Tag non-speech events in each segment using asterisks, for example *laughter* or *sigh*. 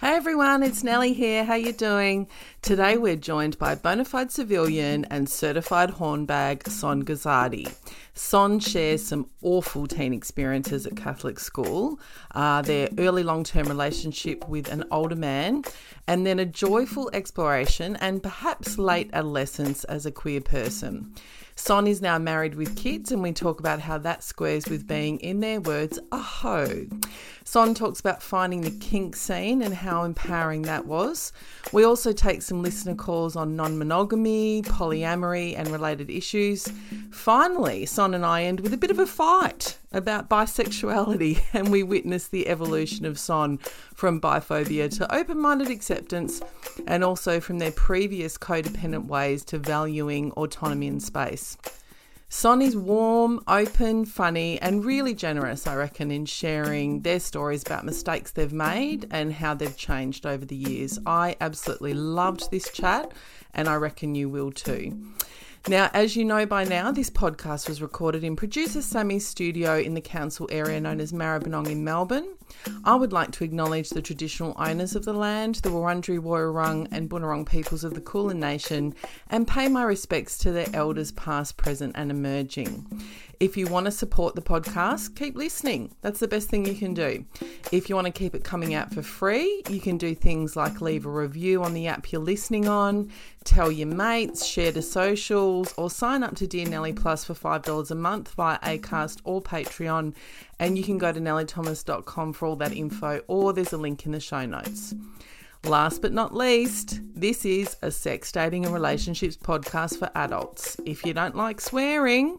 Hey everyone, it's Nellie here. How you doing? Today we're joined by bona fide civilian and certified hornbag Son Ghazadi. Son shares some awful teen experiences at Catholic school, uh, their early long-term relationship with an older man, and then a joyful exploration and perhaps late adolescence as a queer person. Son is now married with kids, and we talk about how that squares with being, in their words, a hoe. Son talks about finding the kink scene and how empowering that was. We also take some listener calls on non monogamy, polyamory, and related issues. Finally, Son and I end with a bit of a fight about bisexuality, *laughs* and we witness the evolution of Son from biphobia to open minded acceptance, and also from their previous codependent ways to valuing autonomy and space. Son is warm, open, funny, and really generous, I reckon, in sharing their stories about mistakes they've made and how they've changed over the years. I absolutely loved this chat, and I reckon you will too. Now, as you know by now, this podcast was recorded in producer Sammy's studio in the council area known as Maribyrnong in Melbourne. I would like to acknowledge the traditional owners of the land, the Wurundjeri Woiwurrung and Bunurong peoples of the Kulin Nation, and pay my respects to their elders past, present, and emerging. If you want to support the podcast, keep listening. That's the best thing you can do. If you want to keep it coming out for free, you can do things like leave a review on the app you're listening on, tell your mates, share to socials, or sign up to Dear Nelly Plus for $5 a month via ACAST or Patreon. And you can go to nellythomas.com for all that info, or there's a link in the show notes. Last but not least, this is a sex, dating, and relationships podcast for adults. If you don't like swearing,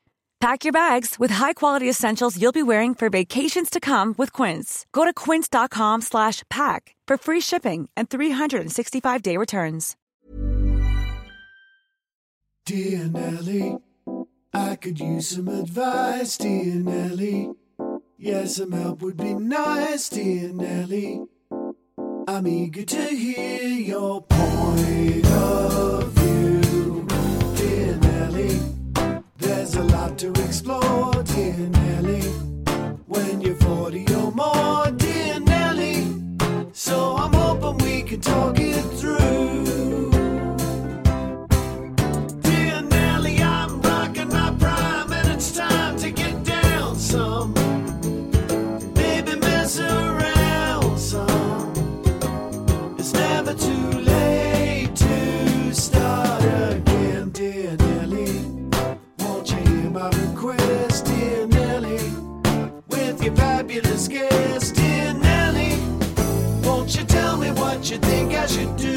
Pack your bags with high-quality essentials you'll be wearing for vacations to come with Quince. Go to quince.com slash pack for free shipping and 365-day returns. Dear Nelly, I could use some advice, dear Nelly. Yeah, some help would be nice, dear Nelly. I'm eager to hear your point of view, dear Nelly. There's a lot to explore, dear Nelly. When you're 40 or more, dear Nelly. So I'm hoping we can talk it through. Dear Nelly, I'm rocking my prime and it's time to get down some. Maybe mess around some. It's never too late to start again, dear Nelly. Won't you hear my request, dear Nelly? With your fabulous guest, dear Nelly. Won't you tell me what you think I should do?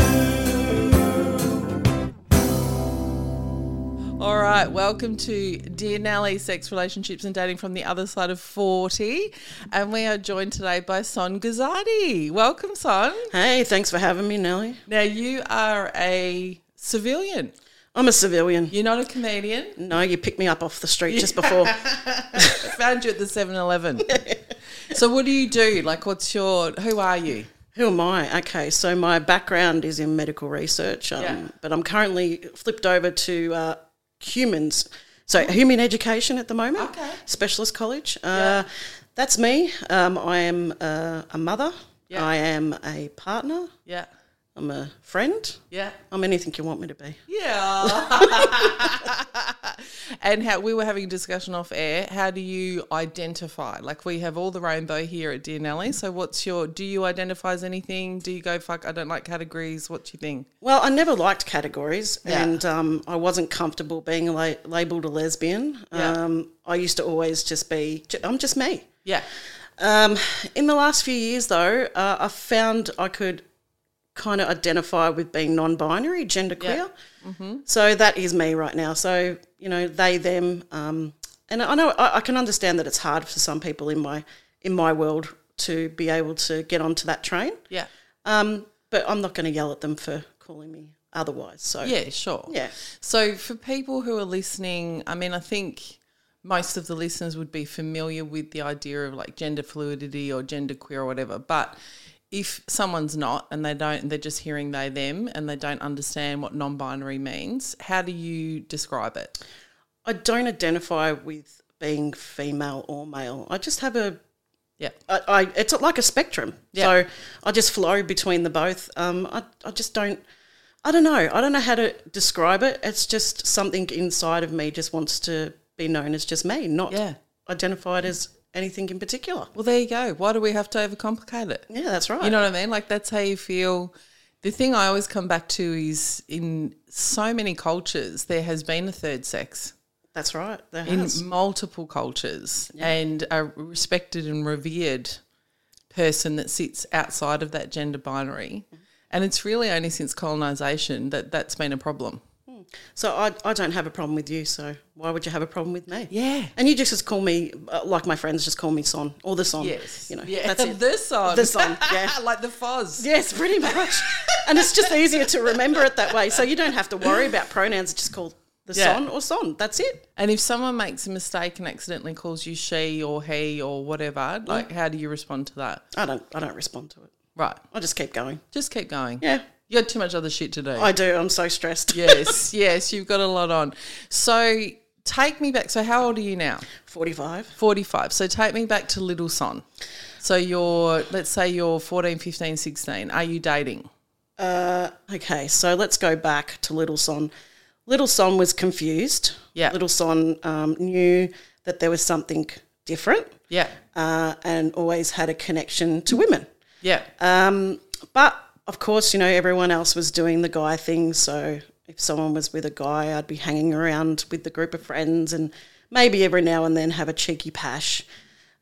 All right, welcome to Dear Nelly Sex, Relationships and Dating from the Other Side of 40. And we are joined today by Son Ghazadi. Welcome, Son. Hey, thanks for having me, Nellie. Now, you are a civilian. I'm a civilian. You're not a comedian. no, you picked me up off the street just *laughs* before. I found you at the 7 Eleven. so, what do you do? Like, what's your, who are you? Who am I? Okay, so my background is in medical research, um, Yeah. but I'm currently flipped over to uh, humans. So, human education at the moment, Oh. Okay. specialist college. Yeah. Uh, That's me. Um, I am uh, a mother. Yeah. I am a partner. Yeah. I'm a friend. Yeah. I'm anything you want me to be. Yeah. *laughs* and how we were having a discussion off air. How do you identify? Like we have all the rainbow here at Dear Nelly. So what's your? Do you identify as anything? Do you go fuck? I don't like categories. What's your thing? Well, I never liked categories, Yeah. and um, I wasn't comfortable being la- labelled a lesbian. Yeah. Um, I used to always just be, j- I'm just me. Yeah. Um, in the last few years, though, uh, I found I could kind of identify with being non-binary, genderqueer. Mm-hmm. So that is me right now. So you know, they, them, um, and I know I, I can understand that it's hard for some people in my in my world to be able to get onto that train. Yeah. Um, but I'm not going to yell at them for calling me otherwise. So Yeah, sure. Yeah. So for people who are listening, I mean, I think most of the listeners would be familiar with the idea of like gender fluidity or gender queer or whatever, but if someone's not and they don't they're just hearing they them and they don't understand what non-binary means, how do you describe it? I don't identify with being female or male. I just have a Yeah. I, I it's like a spectrum. Yeah. So I just flow between the both. Um, I, I just don't. I don't know. I don't know how to describe it. It's just something inside of me just wants to be known as just me, not Yeah. identified as anything in particular. Well, there you go. Why do we have to overcomplicate it? Yeah, that's right. You know what I mean? Like that's how you feel. The thing I always come back to is in so many cultures there has been a third sex. that's right. There in has. multiple cultures and a respected and revered person that sits outside of that gender binary. Mm-hmm. And it's really only since colonization that that's been a problem. So I, I don't have a problem with you. So why would you have a problem with me? Yeah. And you just, just call me uh, like my friends just call me Son or the Son. You know. yeah. *laughs* That's *laughs* it. The song. *laughs* The song, yeah. like the fuzz. Yes, *laughs* pretty much. and it's just easier to remember it that way. So you don't have to worry about pronouns. It's just called the Yeah. son or son. That's it. And if someone makes a mistake and accidentally calls you she or he or whatever, Mm-hmm. like how do you respond to that? I don't I don't respond to it. Right. I just keep going. Just keep going. Yeah. You got too much other shit to do. I do. I'm so stressed. yes, *laughs* yes, you've got a lot on. So take me back. So how old are you now? 45. 45. So take me back to Little Son. So you're, let's say you're 14, 15, 16. Are you dating? Okay, so let's go back to Little Son. Little Son was confused. Yeah. Little Son um, knew that there was something different Yeah. uh, and always had a connection to women. Yeah. Um, but of course, you know, everyone else was doing the guy thing. So if someone was with a guy, I'd be hanging around with the group of friends and maybe every now and then have a cheeky pash.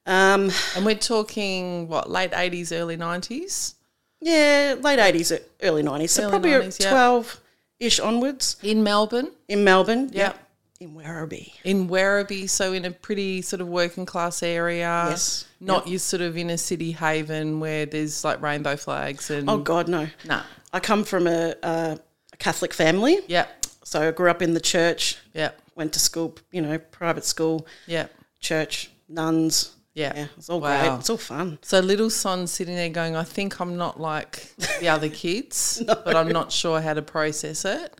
Um, and we're talking, what, late 80s, early 90s? yeah, late 80s, early 90s. So Early probably 90s, yeah. 12 ish onwards In Melbourne? in Melbourne. Yeah. In Werribee. In Werribee, so in a pretty sort of working class area. Yes. Not your sort of inner city haven where there's like rainbow flags and. Oh, God, no. Nah. I come from a, a Catholic family. Yeah. So I grew up in the church, Yeah. went to school, you know, private school, Yeah. church, nuns. Yeah. Yeah, it's all Wow. great. It's all fun. So little son sitting there going, I think I'm not like the other kids, but I'm not sure how to process it.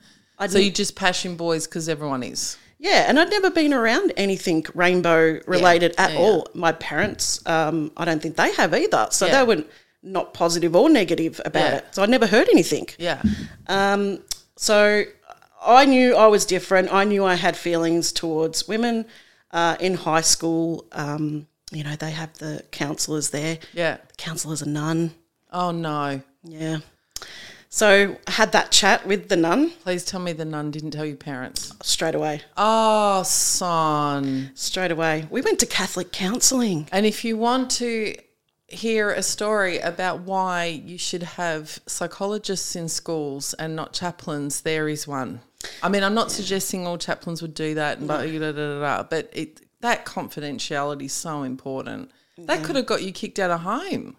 so you just passion boys because everyone is. Yeah, and I'd never been around anything rainbow related at all. My parents, um, I don't think they have either. So Yeah. they were not positive or negative about Yeah. it. So I never heard anything. Yeah. Um, so I knew I was different. I knew I had feelings towards women. Uh, in high school, um, you know, they have the counsellors there. Yeah. The counsellor's a nun. Oh no. Yeah. So I had that chat with the nun Please tell me the nun didn't tell your parents. straight away. Oh, son. Straight away. We went to Catholic counselling. And if you want to hear a story about why you should have psychologists in schools and not chaplains, there is one. I mean, I'm not suggesting all chaplains would do that, and blah, da, da, da, da, but it, that confidentiality is so important. That could have got you kicked out of home.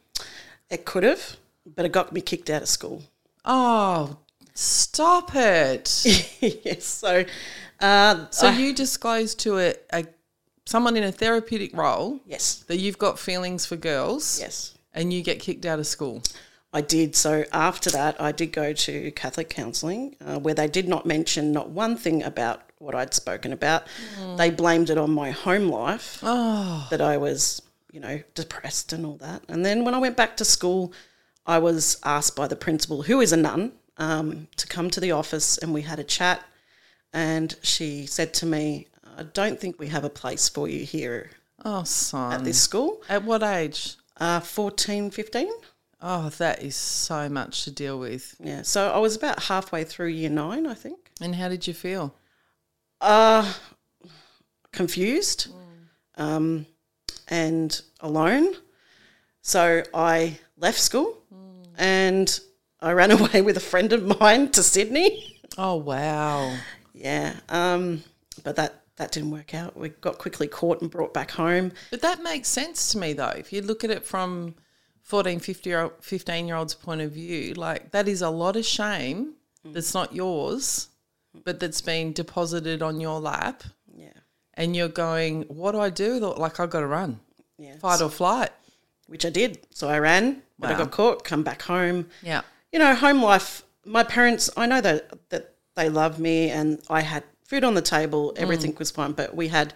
It could have, but it got me kicked out of school. *laughs* Oh, stop it. yes. So, uh, So you disclosed to a, a someone in a therapeutic role yes, that you've got feelings for girls, yes, and you get kicked out of school. I did. So after that, I did go to Catholic counselling uh, where they did not mention not one thing about what I'd spoken about. They blamed it on my home life that I was, you know, depressed and all that. And then when I went back to school, I was asked by the principal, who is a nun, um, to come to the office and we had a chat. And she said to me, I don't think we have a place for you here Oh, son. at this school. At what age? Uh, 14, 15. Oh, that is so much to deal with. Yeah. So I was about halfway through year nine, I think. And how did you feel? Uh, confused um, and alone. So I left school and I ran *laughs* away with a friend of mine to Sydney. Oh, wow. Yeah. Um, but that, that didn't work out. We got quickly caught and brought back home. But that makes sense to me, though. If you look at it from 14, 50 year old, 15 year old's point of view, like that is a lot of shame that's not yours, but that's been deposited on your lap. Yeah. And you're going, what do I do? with all-" Like, I've got to run, Yeah. fight or flight. Which I did. So I ran, but I Wow. got caught, come back home. Yeah. you know, home life. My parents, I know that that they love me, and I had food on the table. Everything was fine, but we had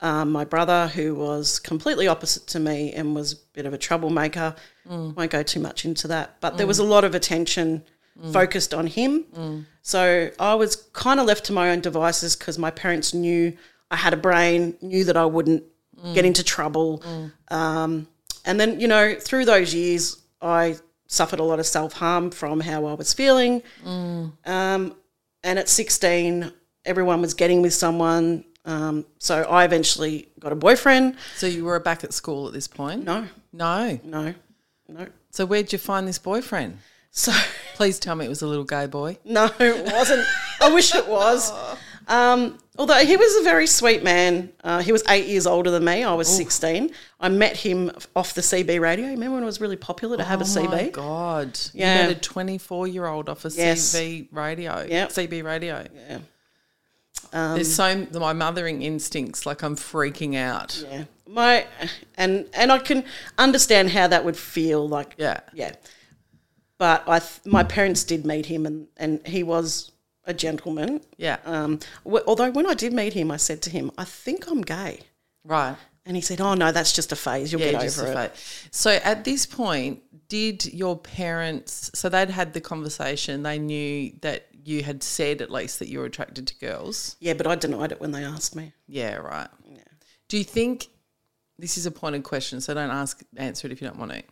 um, my brother, who was completely opposite to me and was a bit of a troublemaker. Won't go too much into that, but there was a lot of attention focused on him. So I was kind of left to my own devices because my parents knew I had a brain, knew that I wouldn't get into trouble. And then, you know, through those years, I suffered a lot of self harm from how I was feeling. Mm. Um, and at 16, everyone was getting with someone. Um, so I eventually got a boyfriend. So you were back at school at this point? No, No. no, no. So where'd you find this boyfriend? So, *laughs* Please tell me it was a little gay boy. no, it wasn't. I wish it was. *laughs* Um, although he was a very sweet man. Uh, he was eight years older than me. I was 16. I met him off the CB radio. Remember when it was really popular to have a Oh CB? my god! Yeah. you met a twenty-four-year-old off a Yes. CB radio. Yep. Um, CB radio. Yeah. There's so my mothering instincts. Like I'm freaking out. Yeah. My and and I can understand how that would feel like Yeah. yeah. But I th- my parents did meet him and and he was a gentleman. Yeah. Um w- although when I did meet him I said to him, "I think I'm gay." right. And he said, "Oh no, that's just a phase. You'll Yeah. get just over a it." fa- So at this point, did your parents? So they'd had the conversation. They knew that you had said at least that you were attracted to girls. Yeah, but I denied it when they asked me. Yeah. Right. Do you think this is a pointed question? So don't ask answer it if you don't want to.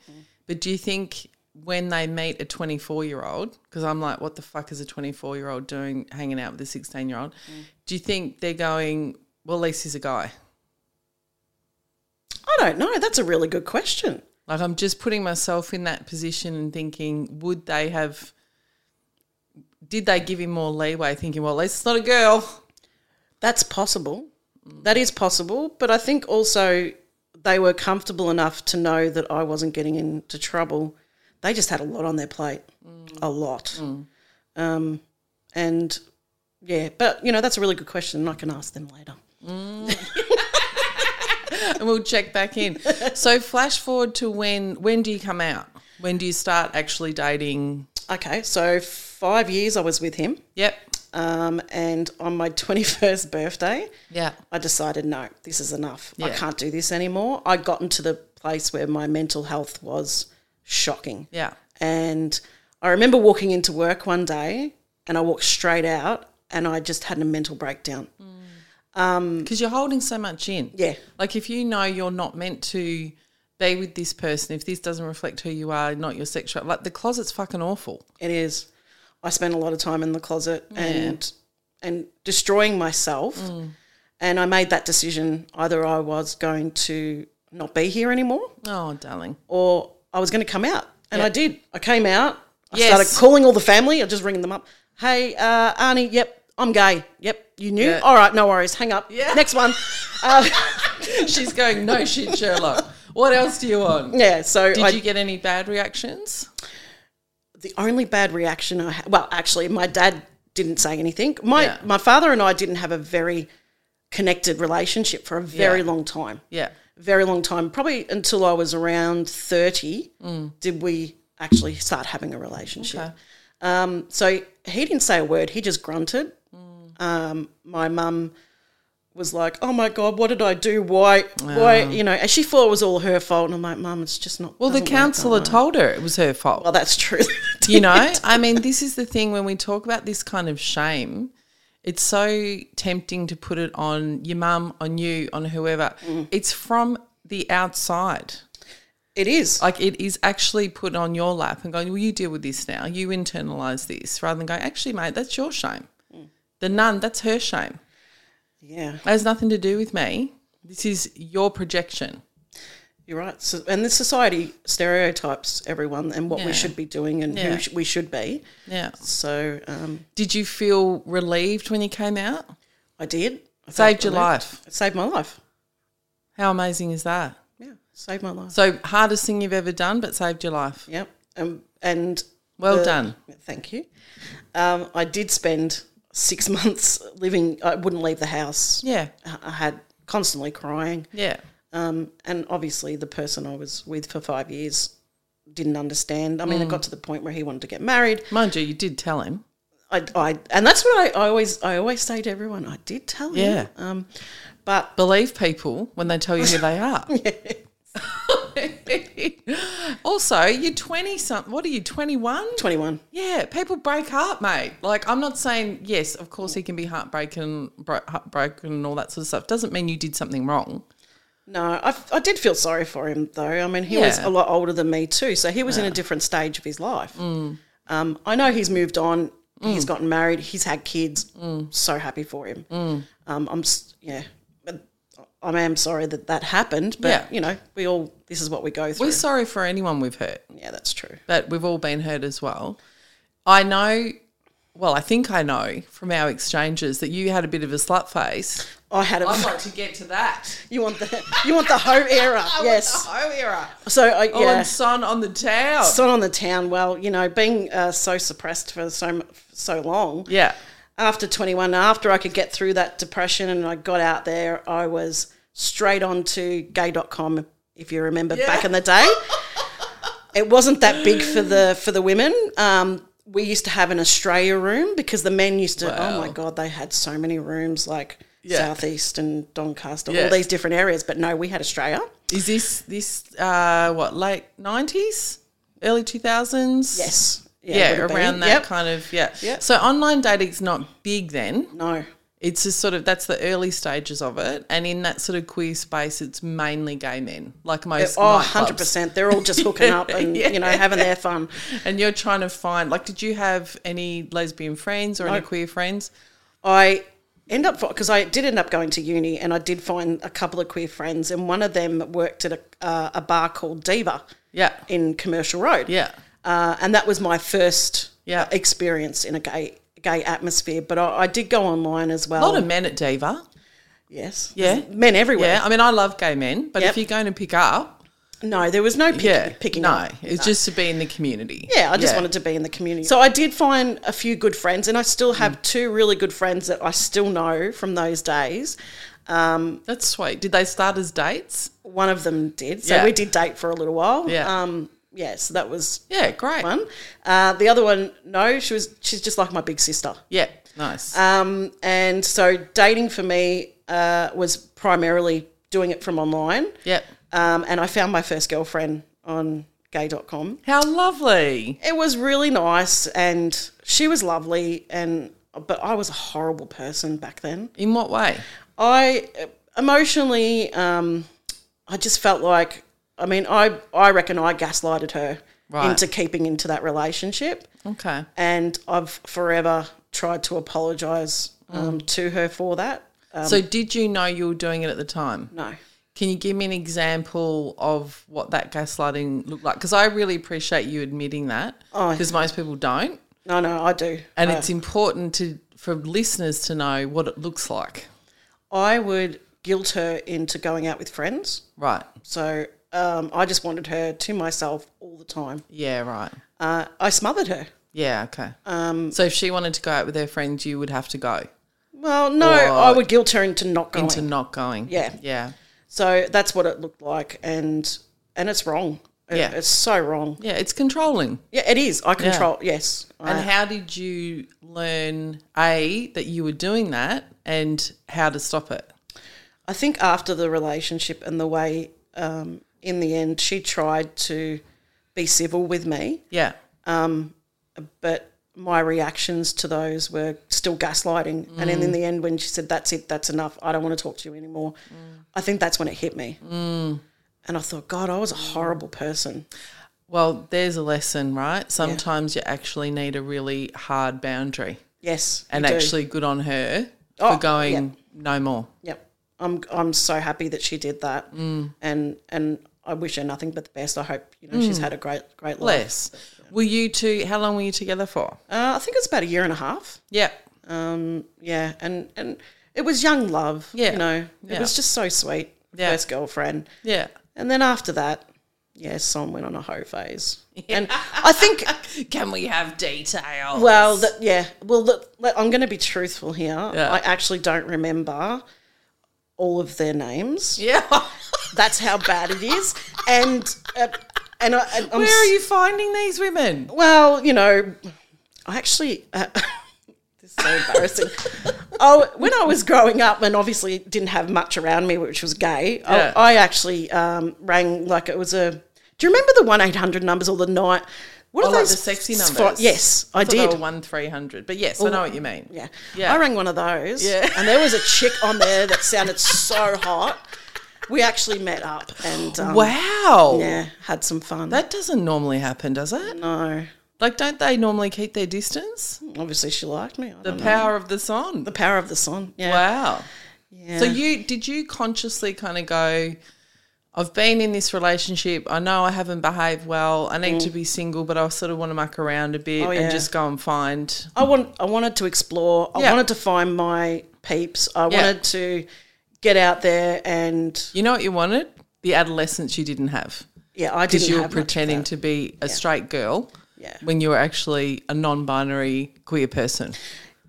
But do you think when they meet a 24 year old, because I'm like, what the fuck is a 24 year old doing hanging out with a 16 year old? Do you think they're going, well, at least he's a guy? I don't know. That's a really good question. Like, I'm just putting myself in that position and thinking, would they have, did they give him more leeway thinking, well, at least it's not a girl? That's possible. That is possible, but I think also they were comfortable enough to know that I wasn't getting into trouble. They just had a lot on their plate, a lot. Um, and yeah, but you know that's a really good question, and I can ask them later. and we'll check back in. so, flash forward to when, when do you come out? When do you start actually dating? Okay, so five years I was with him, Yep. um, and on my *laughs* twenty-first birthday, Yeah. I decided no, this is enough. I Yeah. can't do this anymore. I'd gotten to the place where my mental health was shocking. Yeah. And I remember walking into work one day and I walked straight out and I just had a mental breakdown. Mm. Because you're holding so much in. Yeah. Like if you know you're not meant to be with this person, if this doesn't reflect who you are, not your sexual, like the closet's fucking awful. It is. I spent a lot of time in the closet and and destroying myself. Mm. And I made that decision either I was going to not be here anymore Oh, darling. or I was going to come out. And Yeah. I did. I came out. I Yes. started calling all the family. I was just ringing them up. Hey, uh, Arnie, yep, I'm gay. Yep, you knew. Yeah. All right, no worries. Hang up. Yeah. *laughs* Next one. Uh, She's going, no shit, Sherlock. What else do you want? *laughs* *laughs* Yeah, so Did I, you get any bad reactions? the only bad reaction I had, well, actually, my dad didn't say anything. My Yeah. my father and I didn't have a very connected relationship for a very Yeah. long time. Yeah. Very long time, probably until I was around 30, Mm. did we actually start having a relationship. Um, so he didn't say a word, he just grunted. Mm. Um, my mum was like, "Oh my god, what did I do? Why? Why? You know?" And she thought it was all her fault, and I'm like, "Mum, it's just not." Well, the doesn't work that counsellor way." told her it was her fault. Well, that's true. *laughs* *laughs* you know i mean this is the thing when we talk about this kind of shame it's so tempting to put it on your mum on you on whoever it's from the outside It is. like it is actually put on your lap and going well you deal with this now you internalize this rather than going actually mate that's your shame the nun that's her shame yeah, that has nothing to do with me this is your projection you're right. So, and the society stereotypes everyone and what Yeah. we should be doing and Yeah. who sh- we should be. yeah So um, did you feel relieved when you came out I did. I felt saved your relieved. life It saved my life. how amazing is that Yeah. Saved my life. So hardest thing you've ever done, but saved your life. Yep. Um, and Well the- done. Thank you. Um, I did spend six *laughs* months living. I wouldn't leave the house. Yeah. I I had constantly crying, Yeah. um, and obviously the person I was with for five years didn't understand. I mean, it Mm. got to the point where he wanted to get married. Mind you, you did tell him. I, I and that's what I, I always I always say to everyone. I did tell Yeah. him. Um, but Believe people when they tell you who they are. *laughs* also, you're 20 something. What are you, 21? twenty one. Yeah, people break up, mate. Like, I'm not saying, yes, of course he can be heartbroken, bro- heartbroken and all that sort of stuff. Doesn't mean you did something wrong. No, I, I did feel sorry for him though. I mean, he was Yeah. a lot older than me too, so he was in a different stage of his life. Mm. Um, I know he's moved on. He's gotten married. He's had kids. Mm. So happy for him. Um, I'm s- yeah. but I am sorry that that happened, but Yeah. you know, we all this is what we go through. We're sorry for anyone we've hurt. yeah, that's true. but we've all been hurt as well. I know, well, I think I know from our exchanges that you had a bit of a slut face. I had a *laughs* to get to that. you want the you want the hoe *laughs* era, yes. Oh, era. So I, yeah, Oh, and sun on the town. son on the town. Well, you know, being uh, so suppressed for so m- so long. yeah. after 21, after I could get through that depression and I got out there, I was straight on to gay.com, if you remember back in the day. *laughs* it wasn't that big for the for the women. Um, we used to have an Australia room because the men used to, oh my God, they had so many rooms like Yeah. Southeast and Doncaster, Yeah. all these different areas. But no, we had Australia. Is this, this uh, what, late 90s? Early 2000s? Yes. it Yeah, would have around been. that Yep. kind of, yeah. Yep. So online dating's not big then. No. It's just sort of, that's the early stages of it. And in that sort of queer space, it's mainly gay men, like most. Oh, nightclubs. 100%. They're all just *laughs* hooking up and, you know, having their fun. And you're trying to find, like, did you have any lesbian friends or any queer friends? I end up because I did end up going to uni, and I did find a couple of queer friends, and one of them worked at a, uh, a bar called Diva Yeah. in Commercial Road. Yeah. uh, and that was my first Yeah. experience in a gay gay atmosphere. But I, I did go online as A well. lot of men at Diva. yes, Yeah. men everywhere. Um, Yeah. I mean, I love gay men, but if Yep. you're going to pick up, no, there was no pick, yeah, picking no, up. it's just to be in the community. Yeah, I just wanted to be in the community. So I did find a few good friends, and I still have Mm. two really good friends that I still know from those days. That's sweet. Did they start as dates? One of them did. So Yeah. we did date for a little while. Yeah. Um, yeah, so that was Yeah, great. one. Uh, the other one, no, she was she's just like my big sister. Yeah, nice. Um, and so dating for me uh, was primarily doing it from online. yep. Um, and I found my first girlfriend on gay.com. How lovely. It was really nice and she was lovely and but I was a horrible person back then. In what way? I emotionally, um, I just felt like, I mean, I, I reckon I gaslighted her Right. into keeping into that relationship. Okay. And I've forever tried to apologise Mm. um, to her for that. so, did you know you were doing it at the time? No. Can you give me an example of what that gaslighting looked like? Because I really appreciate you admitting that, Oh, because most people don't. No, no, I do. And it's important to for listeners to know what it looks like. I would guilt her into going out with friends. Right. So um, I just wanted her to myself all the time. Yeah, right. Uh, I smothered her. Yeah, okay. Um, so if she wanted to go out with her friends, you would have to go Well, no, I would guilt her into not going. into not going. Yeah. Yeah. So that's what it looked like, and and it's wrong. It- Yeah. it's so wrong. Yeah, it's controlling. Yeah, it is. I control. Yes, I- And how did you learn A that you were doing that and how to stop it? I think after the relationship and the way, um, in the end, she tried to be civil with me, Yeah. but my reactions to those were still gaslighting. And then Mm. in the end, when she said, "That's it, that's enough. I don't want to talk to you anymore," Mm. I think that's when it hit me. And I thought, God, I was a horrible person. Well, there's a lesson, right? Sometimes you actually need a really hard boundary. Yes, you And do. actually good on her Oh, for going no more. Yep. I'm I'm so happy that she did that. Mm. And and I wish her nothing but the best. I hope, you know, she's Mm. had a great great life. Less. Were you two how long were you together for? Uh, I think it's about a year and a half. Yeah. Yeah. And and it was young love. Yeah. You know. It Yeah. was just so sweet. Yeah. First girlfriend. Yeah. And then after that, yeah, Son went on a hoe phase. And *laughs* I think, Can we have details? well, that yeah, well, look, let- I'm going to be truthful here. Yeah. I actually don't remember all of their names. yeah. That's how bad it is. And uh, and I, and *laughs* I'm Where s- are you finding these women? Well, you know, I actually. Uh, *laughs* this is so embarrassing. oh, when I was growing up, and obviously didn't have much around me, which was gay, I- Yeah. I, actually um, rang like it was a. Do you remember the one eight hundred numbers or the night? What Oh, like the sexy spot- numbers? yes, I thought they did. were one three hundred, but yes, I know what you mean. Yeah. Yeah. I rang one of those. And there was a chick on there that sounded so hot. We actually met up and um, Wow. yeah, had some fun. That doesn't normally happen, does it? no, Like, don't they normally keep their distance? obviously she liked me. I The don't know. power of the song. the power of the song. Yeah. Wow. Yeah. So you did you consciously kind of go, I've been in this relationship. I know I haven't behaved well. I need to be single, but I sort of want to muck around a bit Mm. Oh, yeah. and just go and find. I want I wanted to explore. I Yeah. wanted to find my peeps. Yeah. I wanted to get out there and You know what you wanted? The adolescence you didn't have yeah, I because didn't you were have much of pretending that. to be a straight girl Yeah. when you were actually a non-binary queer person.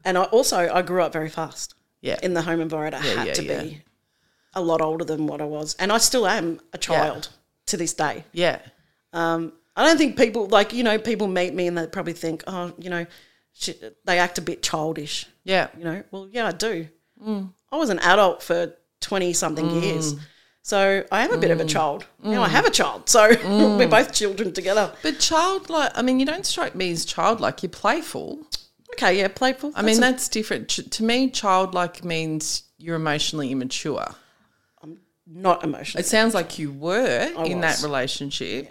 And I also I grew up very fast. Yeah. In the home environment, I had yeah, to yeah. be a lot older than what I was, and I still am a child to this day. Um, Yeah. I don't think people like you know people meet me and they probably think oh you know she, they act a bit childish. Yeah. You know, well yeah I do. Mm. I was an adult for twenty something years. So I am a bit Mm. of a child. Now I have a child. So *laughs* we're both children together. But childlike, I mean, you don't strike me as childlike. You're playful. Okay, yeah, playful. I mean, that's different. Ch- to me, childlike means you're emotionally immature. not emotional. It sounds like you were in that was. relationship,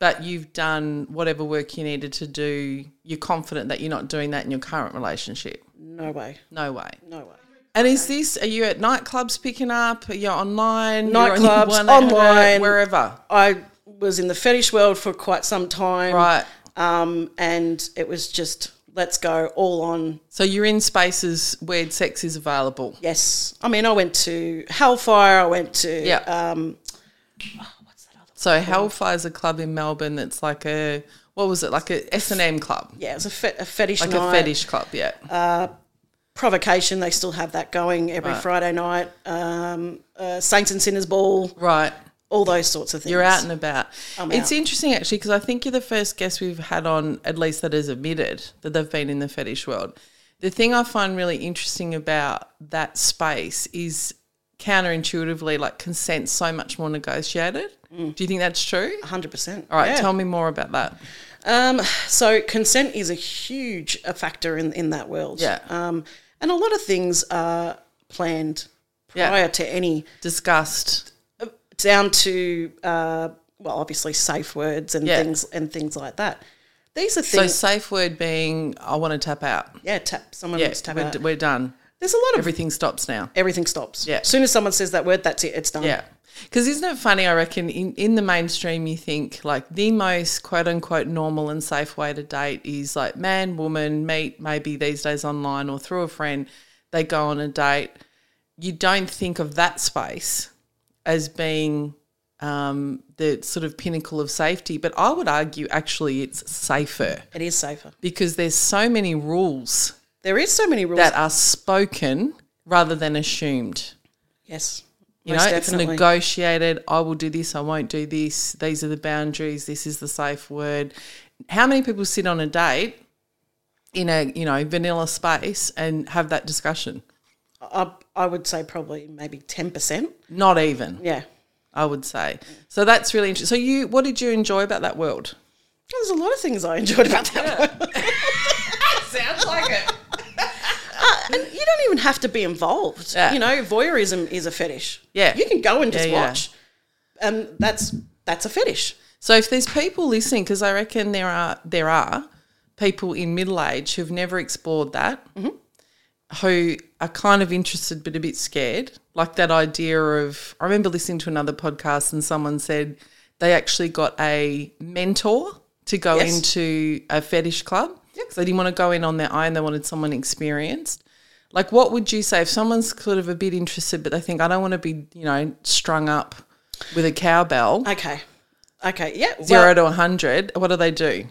but you've done whatever work you needed to do. You're confident that you're not doing that in your current relationship. No way. No way. No way. And is this, are you at nightclubs picking up? Are you online? Nightclubs, You're on 1-800, online. Wherever. I was in the fetish world for quite some time. Right. Um, and it was just let's go all on. So you're in spaces where sex is available. Yes. I mean, I went to Hellfire, I went to Yeah. um So Hellfire's a club in Melbourne that's like a, what was it, like a S&M club? yeah, it was a, fe- a fetish Like night. a fetish club, yeah. Uh, provocation. They still have that going every Friday night. Um, uh, Saints and Sinners Ball, right. all those sorts of things. You're out and about. it's out. interesting actually because I think you're the first guest we've had on, at least that has admitted that they've been in the fetish world. The thing I find really interesting about that space is counterintuitively, like consent's so much more negotiated. Mm. Do you think that's true? hundred percent. All right, tell me more about that. Um, so consent is a huge uh, factor in in that world. Yeah. Um, and a lot of things are planned Yeah. prior to any uh, Disgust. down to uh, well, obviously safe words and Yeah. things and things like that. These are So things. safe word being, I want to tap out. yeah, tap someone. Yeah, must tap we're, out. we're done. There's a lot of Everything stops now. everything stops. Yeah. As soon as someone says that word, that's it. It's done. Yeah. Because isn't it funny? I reckon in, in the mainstream, you think like the most quote unquote normal and safe way to date is like man, woman, meet maybe these days online or through a friend. They go on a date. You don't think of that space as being um, the sort of pinnacle of safety. But I would argue actually it's safer It is safer. because there's so many rules There is so many rules. that are spoken rather than assumed. yes. You know, it's negotiated. I will do this. I won't do this. These are the boundaries. This is the safe word. How many people sit on a date in a you know vanilla space and have that discussion? I, I would say probably maybe 10%. Not even, Yeah. I would say. So that's really interesting. So you, what did you enjoy about that world? There's a lot of things I enjoyed about that. Sounds like it. And you don't even have to be involved. Yeah. You know, voyeurism is a fetish. Yeah. You can go and just Yeah, yeah. watch. And that's that's a fetish. So if there's people listening, because I reckon there are there are people in middle age who've never explored that, who are kind of interested but a bit scared. Like that idea of I remember listening to another podcast and someone said they actually got a mentor to go Yes. into a fetish club. So they didn't want to go in on their own, they wanted someone experienced. Like what would you say if someone's sort of a bit interested but they think I don't want to be, you know, strung up with a cowbell, Okay. Okay. Yeah. well, zero to 100, what do they do?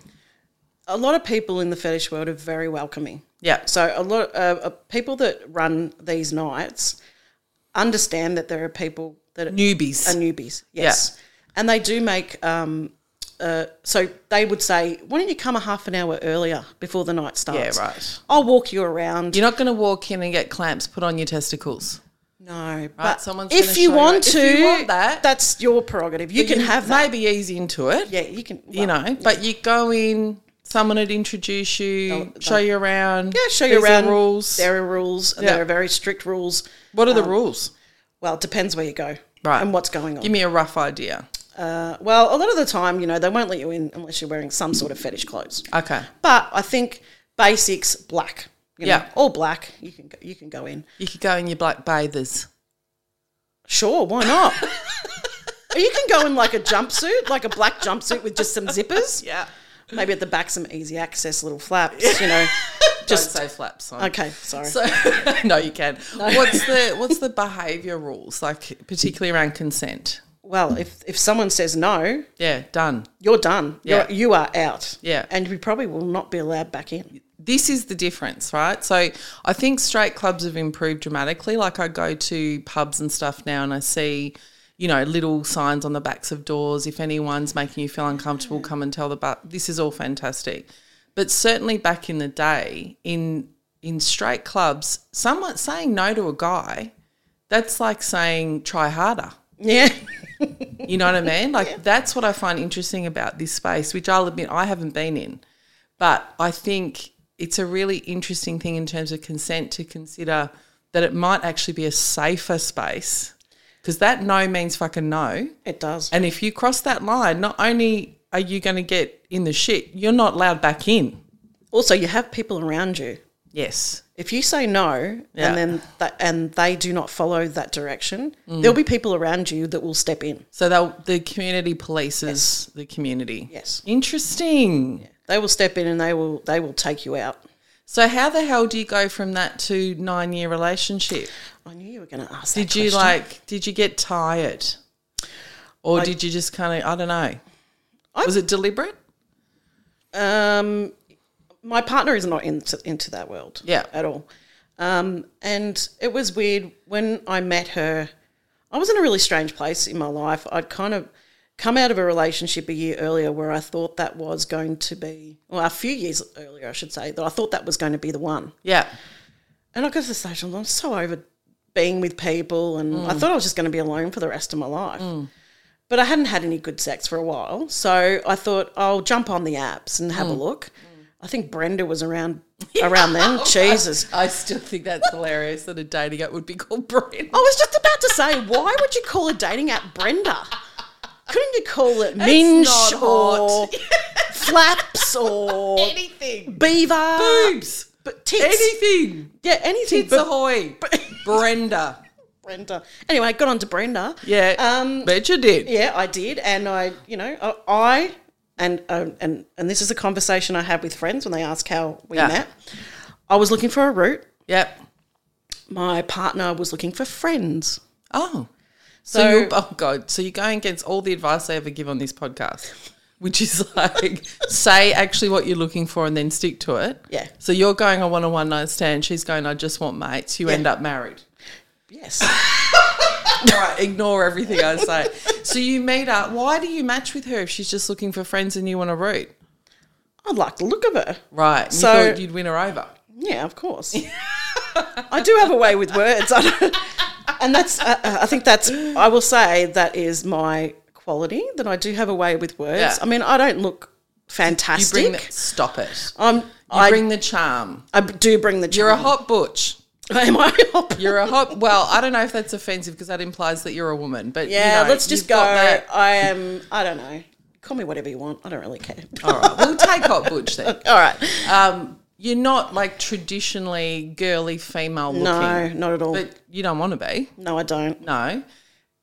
a lot of people in the fetish world are very welcoming. Yeah. So a lot uh, uh, people that run these nights understand that there are people that are Newbies. newbies. Yes. And they do make. Um, uh, so they would say, "Why don't you come a half an hour earlier before the night starts? Yeah, right. I'll walk you around. You're not going to walk in and get clamps put on your testicles. no, but someone's if gonna show you you- want if to, you want that- that's your prerogative. You can have that. maybe ease into it. Yeah, you can. you know, but you go in, someone would introduce you, show you around. yeah, show you These are around. rules. There are rules. and Yeah. There are very strict rules. what are the rules? Well, it depends where you go, Right. and um, what's going on. Give me a rough idea. well, a lot of the time, you know, they won't let you in unless you're wearing some sort of fetish clothes. Okay. But I think basics, black. You know, Yeah. all black. You can go, you can go in. You could go in your black bathers. Sure, why *laughs* not? Or you can go in like a jumpsuit, like a black jumpsuit with just some zippers. Yeah. Maybe at the back some easy access little flaps. You *laughs* know, Just say flaps on. okay, sorry. So *laughs* no, you can. *laughs* What's the what's the behaviour rules like, particularly around consent? well, if if someone says no, Yeah, done. you're done. Yeah. You're, you are out. Yeah. and we probably will not be allowed back in. this is the difference, right? So I think straight clubs have improved dramatically. Like I go to pubs and stuff now and I see, you know, little signs on the backs of doors. If anyone's making you feel uncomfortable, come and tell the bar. This is all fantastic. But certainly back in the day, in in straight clubs, someone saying no to a guy, that's like saying try harder. Yeah, You know what I mean? Like that's what I find interesting about this space, which I'll admit I haven't been in. But I think it's a really interesting thing in terms of consent to consider that it might actually be a safer space because that no means fucking no. it does. And if you cross that line, not only are you going to get in the shit, you're not allowed back in. Also, you have people around you. Yes. if you say no Yeah. and then that, and they do not follow that direction, Mm. there'll be people around you that will step in. So they'll, the community polices the community. Yes. Interesting. They will step in and they will they will take you out. So how the hell do you go from that to nine year relationship? I knew you were going to ask. Did that you question. like? Did you get tired, or did you just kind of? I don't know. I- was it deliberate? Um, my partner is not into into that world. Yeah. at all. Um, and it was weird when I met her. I was in a really strange place in my life. I'd kind of come out of a relationship a year earlier where I thought that was going to be, well, a few years earlier, I should say, that I thought that was going to be the one. Yeah, And I got to the stage, I'm so over being with people, and I Mm. thought I was just going to be alone for the rest of my life. But I hadn't had any good sex for a while, so I thought I'll jump on the apps and have Mm. a look. I think Brenda was *laughs* around around then. Jesus, I still think that's hilarious that a dating app would be called Brenda. I was just about to say, why would you call a dating app Brenda? Couldn't you call it Minge not or hot. Flaps or Anything, *laughs* Beaver? boobs, But tits. anything. Yeah, anything. It's but ahoy, *laughs* Brenda. Brenda. Anyway, I got onto Brenda. Yeah, Um, bet you did. Yeah, I did, and I, you know, I, I and um, and and this is a conversation I have with friends when they ask how we Yeah. met. I was looking for a route. Yep. My partner was looking for friends. Oh, so, So- you're, oh god, so you're going against all the advice I ever give on this podcast. Which is like *laughs* say actually what you're looking for and then stick to it. Yeah. So you're going, I want a one night stand. She's going, I just want mates. You end up married. Yes, *laughs* Right, ignore everything I say. so you meet up. Why do you match with her if she's just looking for friends and you want to root? I like the look of her. Right. and you So- thought you'd win her over. Yeah, *laughs* of course. I do have a way with words, I don't- and that's. Uh, uh, I think that's. I will say that is my quality that I do have a way with words. Yeah. I mean, I don't look You fantastic. bring the, stop it. I'm. You I, bring the charm. I do bring the. You're a charm. hot butch. *laughs* Am I a hot? You're a hot. Well, I don't know if that's offensive because that implies that you're a woman. But you Yeah, know, let's just you've go. got that. *laughs* I am. I don't know. Call me whatever you want. I don't really care. All right, we'll take hot butch then. *laughs* All right. You're not like traditionally girly female looking. No, not at all. But you don't want to be. no, I don't. No.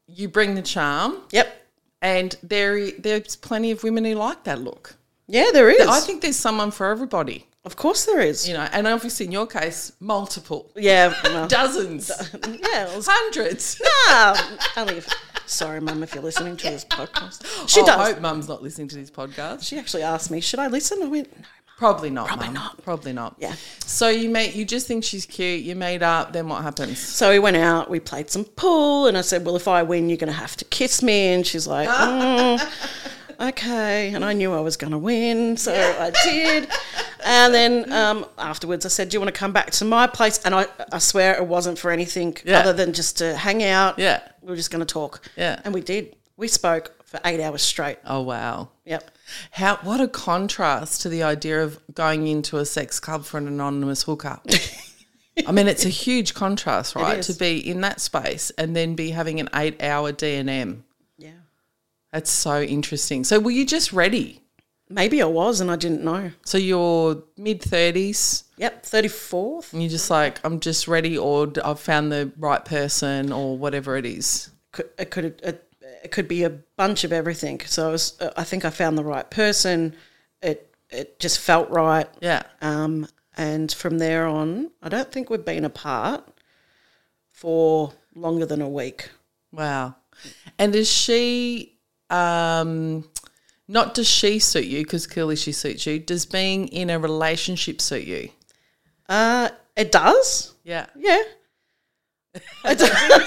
You bring the charm, Yep. and there there's plenty of women who like that look. Yeah, there is. I think there's someone for everybody, of course, there is. you know, and obviously in your case, multiple, *laughs* Yeah. well, *laughs* dozens, yeah. it was- *laughs* hundreds. Ah, only if- Sorry, Mum, if you're listening to this podcast. She Oh, I does. hope mum's not listening to these podcasts. She actually asked me, should I listen? I went, no. Probably not. Probably not. Probably not. Yeah. So you made you just think she's cute. You made up. Then what happens? So we went out, we played some pool, and I said, Well, if I win, you're going to have to kiss me. And *laughs* she's like, "Mm, Okay. And I knew I was going to win, so I did. And then um, afterwards, I said, Do you want to come back to my place? And I, I swear it wasn't for anything Yeah. other than just to hang out. Yeah. We were just going to talk. Yeah. And we did. We spoke for eight hours straight. Oh wow. Yep. How what a contrast to the idea of going into a sex club for an anonymous hookup. I mean, it's a huge contrast, *laughs* right, is. to be in that space and then be having an eight-hour D and M. Yeah. That's so interesting. So, were you just ready? Maybe I was, and I didn't know. So you're mid thirties, Yep. 34th. and you're just like, I'm just ready, or d- I've found the right person, or whatever it is. could- it could it, it could be a bunch of everything. So I was, I think I found the right person. It it just felt right. Yeah. Um, and from there on, I don't think we've been apart for longer than a week. Wow. And is she um not does she suit you because clearly she suits you. Does being in a relationship suit you? Uh, it does. Yeah. Yeah. *laughs*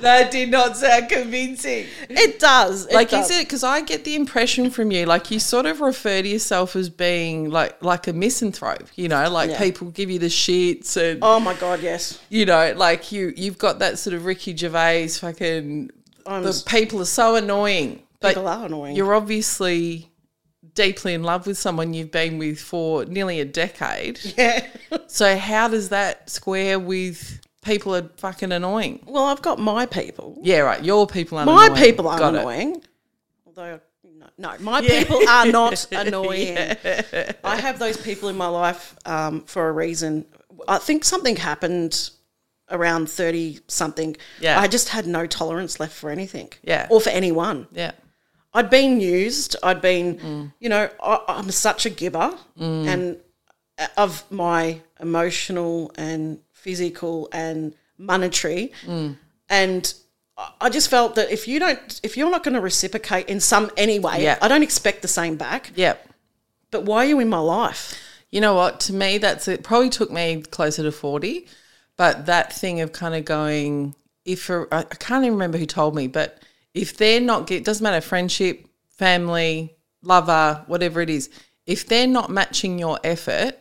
That did not sound convincing. It does. Like it is does. it because I get the impression from you like you sort of refer to yourself as being like like a misanthrope, you know, like Yeah. people give you the shits and Oh my god, yes. you know, like you you've got that sort of Ricky Gervais fucking I'm the s- people are so annoying. But people are annoying. You're obviously deeply in love with someone you've been with for nearly a *laughs* decade. yeah. So how does that square with people are fucking annoying? well, I've got my people. Yeah, right. Your people are My annoying. people are Got it. annoying. Although, no, no my people *laughs* are not annoying. I have those people in my life um, for a reason. I think something happened around 30 something. Yeah. I just had no tolerance left for anything. Yeah. Or for anyone. Yeah. I'd been used. I'd been, Mm. you know, I, I'm such a giver and uh, of my emotional and physical and monetary. Mm. And I- I just felt that if you don't, if you're not going to reciprocate in some any way, Yeah. I don't expect the same back. Yeah. But why are you in my life? You know what? To me, that's it. Probably took me closer to 40, but that thing of kind of going, if a, I I can't even remember who told me, but if they're not, it doesn't matter, friendship, family, lover, whatever it is, if they're not matching your effort,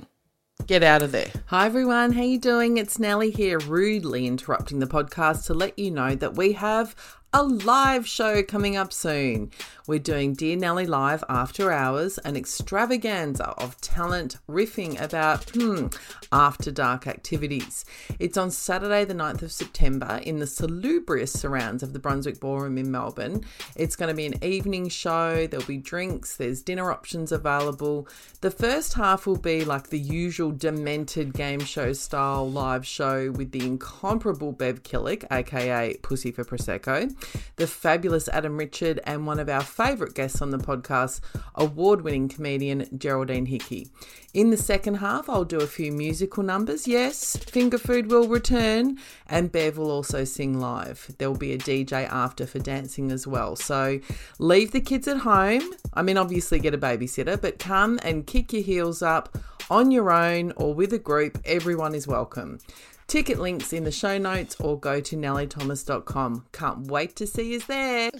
get out of there. Hi everyone, how you doing? It's Nellie here, rudely interrupting the podcast to let you know that we have a live show coming up soon. We're doing Dear Nellie Live after hours, an extravaganza of talent riffing about hmm, after dark activities. It's on Saturday, the 9th of September, in the salubrious surrounds of the Brunswick Ballroom in Melbourne. It's going to be an evening show, there'll be drinks, there's dinner options available. The first half will be like the usual demented game show style live show with the incomparable Bev Killick, aka Pussy for Prosecco, the fabulous Adam Richard, and one of our favourite guests on the podcast, award winning comedian Geraldine Hickey. In the second half, I'll do a few musical numbers. Yes, Finger Food will return, and Bev will also sing live. There will be a DJ after for dancing as well. So leave the kids at home. I mean, obviously get a babysitter, but come and kick your heels up on your own or with a group. Everyone is welcome. Ticket links in the show notes or go to nellythomas.com. Can't wait to see you there.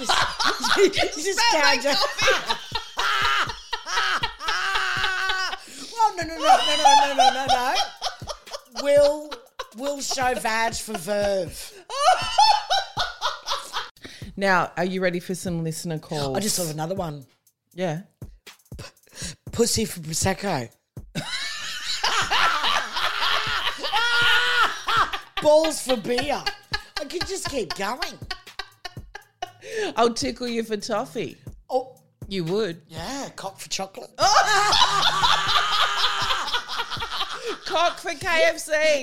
*laughs* Well, Oh, no, no, no, no, no, no, no, no, no. Will will show Vag for Verve. Now, are you ready for some listener calls? I just thought of another one. yeah. Pussy for prosecco. *laughs* Balls for beer. I could just keep going. I'll tickle you for toffee. Oh, You would. yeah, cock for chocolate. Cock for KFC.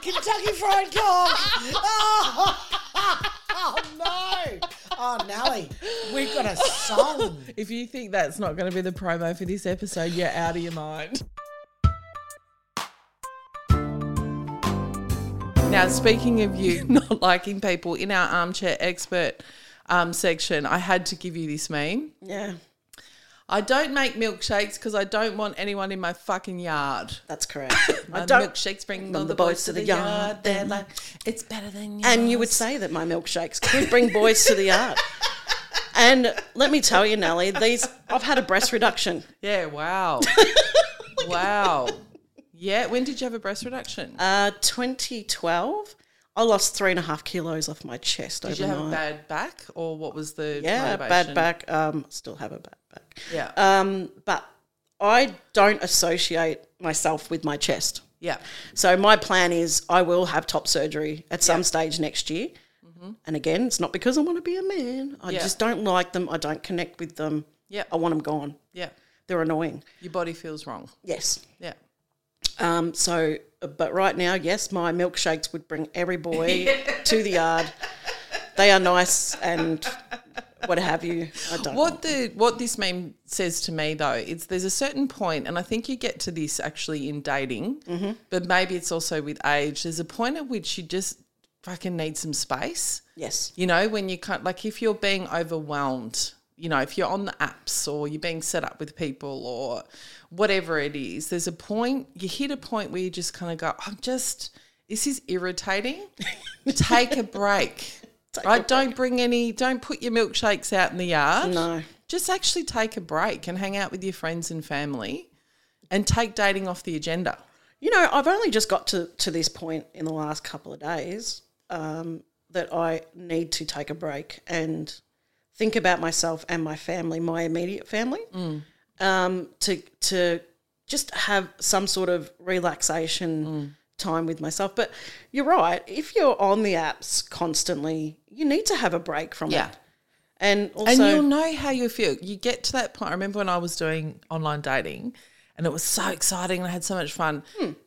Kentucky Fried Cock. Oh, *laughs* oh, no. Oh, Nelly, we've got a song. if you think that's not going to be the promo for this episode, you're out of your mind. Now, speaking of you *laughs* not liking people, in our armchair expert um, section, I had to give you this meme. Yeah, I don't make milkshakes because I don't want anyone in my fucking yard. that's correct. My I don't. milkshakes bring all the boys to the yard. They're like, it's better than yours. And you would say that my milkshakes could bring boys to the yard. And let me tell you, Nellie, these I've had a breast reduction. Yeah, *laughs* wow. wow. Yeah, when did you have a breast reduction? Uh, 2012, I lost three and a half kilos off my chest did you overnight. have a bad back or what was the yeah, motivation? bad back. Um, still have a bad back. Yeah. Um, but I don't associate myself with my chest. yeah. So my plan is I will have top surgery at some stage next year. And again, it's not because I want to be a man. I Mm-hmm. Yeah. just don't like them. I don't connect with them. Yeah. I want them gone. Yeah. They're annoying. Your body feels wrong. Yes. Yeah. Um, so, but right now, yes, my milkshakes would bring every boy to the yard. They are nice and what have you. I don't. What the what this meme says to me though, it's there's a certain point, and I think you get to this actually in dating, Mm-hmm. but maybe it's also with age. There's a point at which you just fucking need some space. Yes. You know, when you can't, like if you're being overwhelmed, you know, if you're on the apps or you're being set up with people or whatever it is, there's a point, you hit a point where you just kind of go, I'm just, this is *laughs* irritating. Take a break. right? Don't bring any, don't put your milkshakes out in the yard. No. Just actually take a break and hang out with your friends and family and take dating off the agenda. You know, I've only just got to, to this point in the last couple of days um, that I need to take a break and think about myself and my family, my immediate family, Mm. um, to to just have some sort of relaxation Mm. time with myself. But you're right. If you're on the apps constantly, you need to have a break from Yeah. it. And also, and you'll know how you feel. You get to that point. I remember when I was doing online dating, and it was so exciting, and I had so much fun.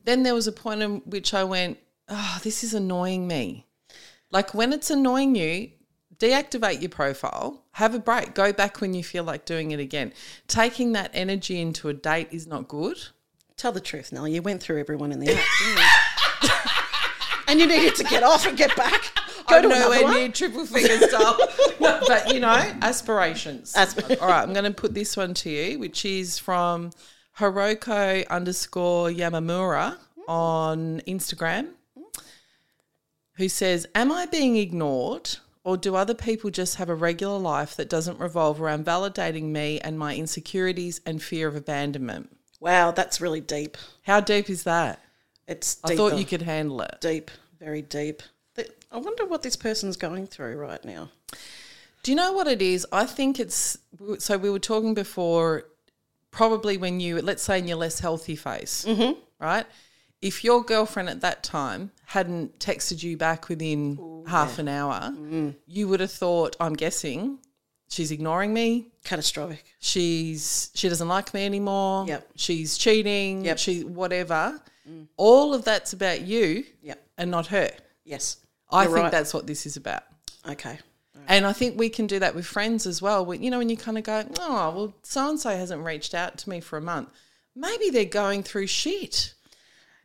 Then there was a point in which I went, "Oh, this is annoying me." Like when it's annoying you, deactivate your profile, have a break, go back when you feel like doing it again. Taking that energy into a date is not good. tell the truth, Nelly. You went through everyone in the app, didn't you? *laughs* and you needed to get off and get back. *laughs* Go I'm to another nowhere one. near triple finger *laughs* style. No, but you know, aspirations. Aspir- All right, I'm going to put this one to you, which is from Hiroko underscore Yamamura on Instagram, who says, "Am I being ignored?" Or do other people just have a regular life that doesn't revolve around validating me and my insecurities and fear of abandonment? Wow, that's really deep. How deep is that? It's I deep. thought you could handle it. deep, very deep. Th- I wonder what this person's going through right now. Do you know what it is? I think it's so we were talking before, probably when you, let's say in your less healthy phase, Mm-hmm. right? If your girlfriend at that time hadn't texted you back within half an hour, Mm-hmm. you would have thought, I'm guessing, she's ignoring me. Catastrophic. She's she doesn't like me anymore. Yep. She's cheating. Yep. Mm. She whatever. All of that's about you Yep. and not her. Yes. I You're think right. that's what this is about. Okay. And I think we can do that with friends as well. When you know, when you kind of go, oh, well, so and so hasn't reached out to me for a month. Maybe they're going through shit.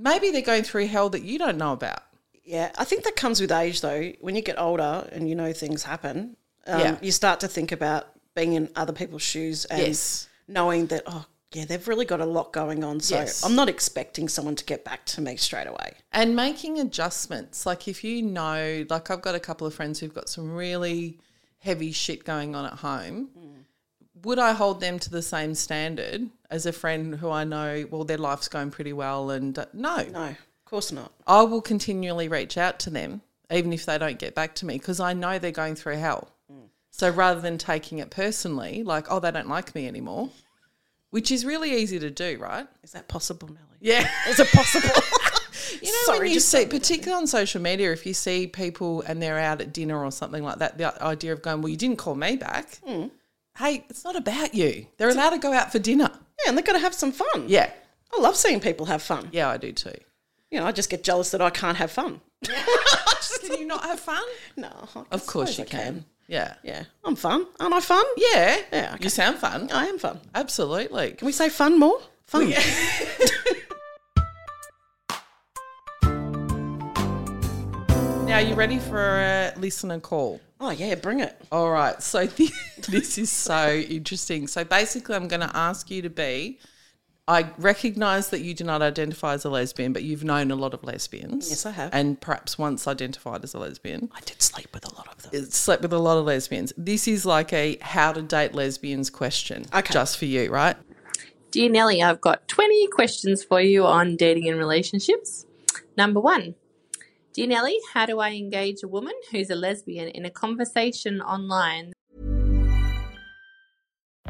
Maybe they're going through hell that you don't know about. Yeah, I think that comes with age, though. When you get older and you know things happen, um, Yeah. you start to think about being in other people's shoes and Yes. knowing that, oh, yeah, they've really got a lot going on. So Yes. I'm not expecting someone to get back to me straight away. And making adjustments. Like if you know, like I've got a couple of friends who've got some really heavy shit going on at home. Would I hold them to the same standard as a friend who I know, well, their life's going pretty well? And uh, No, of course not. I will continually reach out to them, even if they don't get back to me, because I know they're going through hell. So rather than taking it personally, like, oh, they don't like me anymore, which is really easy to do, right? Is that possible, Nelly? *laughs* Yeah. Is it possible? You know, Sorry, when you just see, particularly on social media, if you see people and they're out at dinner or something like that, the idea of going, well, you didn't call me back. Hey, it's not about you. They're allowed to go out for dinner. yeah, and they've got to have some fun. Yeah. I love seeing people have fun. Yeah, I do *laughs* too. You know, I just get jealous that I can't have fun. Can you not have fun? No, I Of course suppose you I can. Yeah. Yeah, I'm fun. Aren't I fun? Yeah. Yeah, okay. You sound fun. I am fun. Absolutely. Can we say fun more? Fun. you ready for a listener call? Oh yeah, bring it. All right. So *laughs* th- this is so interesting. So basically, I'm going to ask you to be. I recognize that you do not identify as a lesbian, but you've known a lot of lesbians. Yes, I have. And perhaps once identified as a lesbian. I did sleep with a lot of them. I slept with a lot of lesbians. This is like a how to date lesbians question Okay. just for you, right? Dear Nelly, I've got 20 questions for you on dating and relationships. Number one Dear Nelly, how do I engage a woman who's a lesbian in a conversation online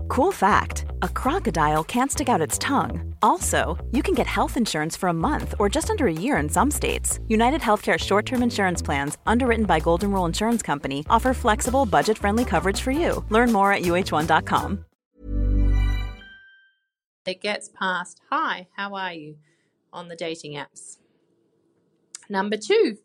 Cool fact a crocodile can't stick out its tongue. Also, you can get health insurance for a month or just under a year in some states. United Healthcare short term insurance plans, underwritten by Golden Rule Insurance Company, offer flexible, budget friendly coverage for you. Learn more at uh1.com. that gets past hi how are you on the dating apps number two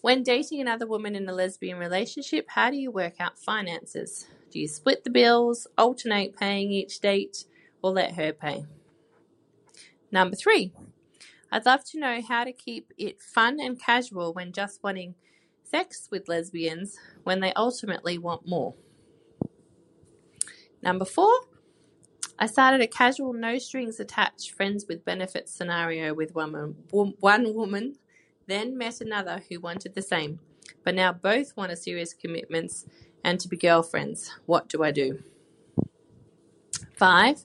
when dating another woman in a lesbian relationship how do you work out finances do you split the bills alternate paying each date or let her pay number three i'd love to know how to keep it fun and casual when just wanting sex with lesbians when they ultimately want more number four I started a casual, no strings attached, friends with benefits scenario with one, wom- one woman, then met another who wanted the same. But now both want a serious commitments and to be girlfriends. What do I do? Five.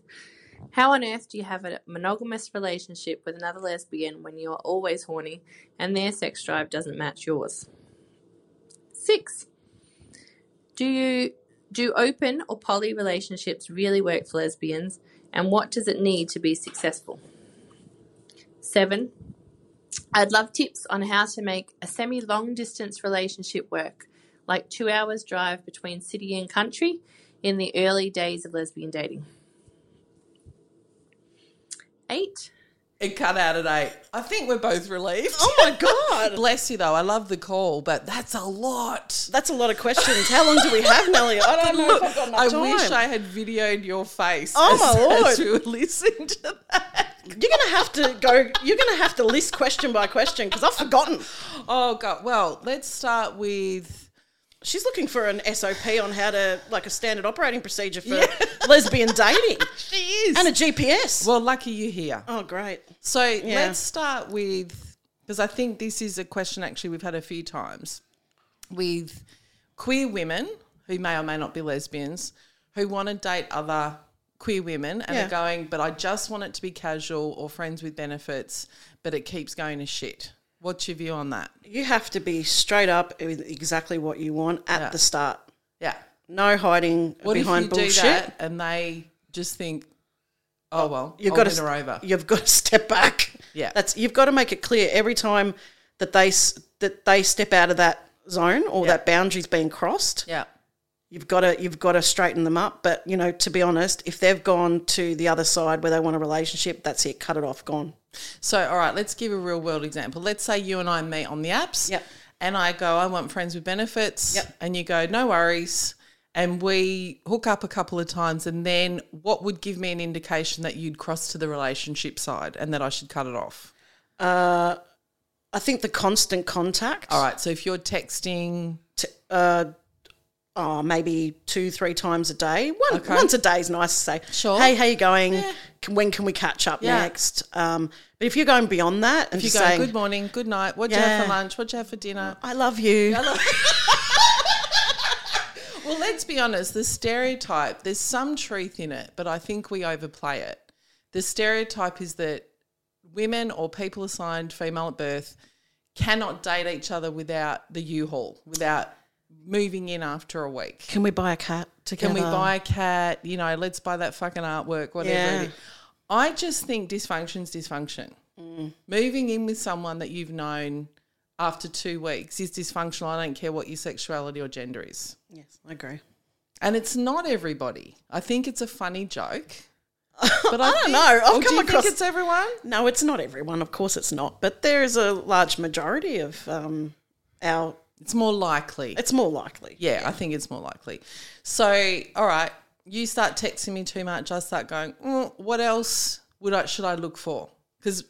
How on earth do you have a monogamous relationship with another lesbian when you are always horny and their sex drive doesn't match yours? Six. Do you do open or poly relationships really work for lesbians and what does it need to be successful? 7. I'd love tips on how to make a semi long distance relationship work, like 2 hours drive between city and country in the early days of lesbian dating. 8. It cut out at eight. I think we're both relieved. Oh my God. *laughs* Bless you, though. I love the call, but that's a lot. That's a lot of questions. How long do we have, Nelly? I don't know if I've got enough I time. wish I had videoed your face Oh as, my Lord. as you were listening to that. You're gonna have to go. You're gonna have to list question by question because I've forgotten. Oh, God. Well, let's start with. She's looking for an SOP on how to like a standard operating procedure for *laughs* lesbian dating She is. and a GPS. well, lucky you're here. oh, great. So let's start with because I think this is a question actually we've had a few times with queer women who may or may not be lesbians who want to date other queer women and Yeah. are going, but I just want it to be casual or friends with benefits, but it keeps going to shit. What's your view on that? You have to be straight up with exactly what you want at the start. Yeah. No hiding What behind if you bullshit. do that and they just think, oh well, you've I'll got win to her over. You've got to step back. Yeah. that's you've got to make it clear every time that they s- that they step out of that zone or that boundary's been crossed. Yeah. You've got to you've got to straighten them up. But you know, to be honest, if they've gone to the other side where they want a relationship, that's it. Cut it off. Gone. So, all right, let's give a real world example. Let's say you and I meet on the apps. Yep. And I go, I want friends with benefits. Yep. And you go, no worries. And we hook up a couple of times. And then what would give me an indication that you'd cross to the relationship side and that I should cut it off? I think the constant contact. All right. So, if you're texting, t- uh, oh, maybe two, three times a day. One, Okay. Once a day is nice to say, Sure. hey, how you going? Can- When can we catch up Yeah. next? Um, but if you're going beyond that, and if you just go, saying, good morning, good night, what'd you have for Yeah. lunch, what'd you have for dinner? I love you. Well, let's be honest. The stereotype, there's some truth in it, but I think we overplay it. The stereotype is that women or people assigned female at birth cannot date each other without the U-Haul, without moving in after a week. Can we buy a cat together? Can we buy a cat? You know, let's buy that fucking artwork, whatever. Yeah. It is. I just think dysfunction's dysfunction. Mm. Moving in with someone that you've known after two weeks is dysfunctional. I don't care what your sexuality or gender is. Yes, I agree. And it's not everybody. I think it's a funny *laughs* joke. But I, don't think- know. I've or do come you across- think it's everyone? No, it's not everyone. Of course, it's not. But there is a large majority of um, our. It's more likely. It's more likely. yeah, I think it's more likely. So, all right, you start texting me too much. I start going, mm, what else would I should I look for? Because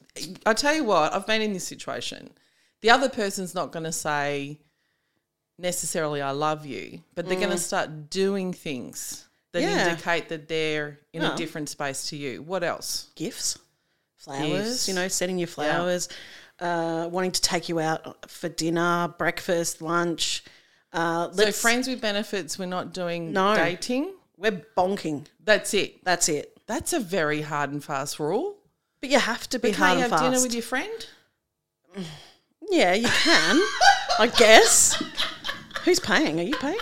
I tell you what, I've been in this situation. the other person's not going to say necessarily I love you, but they're going to start doing things that Mm. Yeah. indicate that they're in Yeah. a different space to you. What else? gifts, flowers, Gifts. you know, sending you flowers, uh, wanting to take you out for dinner, breakfast, lunch. Uh, So let's, friends with benefits, we're not doing No. dating. we're bonking. That's it. That's it. That's a very hard and fast rule. But you have to be But hard can't you and have fast. dinner with your friend? Yeah, you can, I *laughs* guess. Who's paying? Are you paying?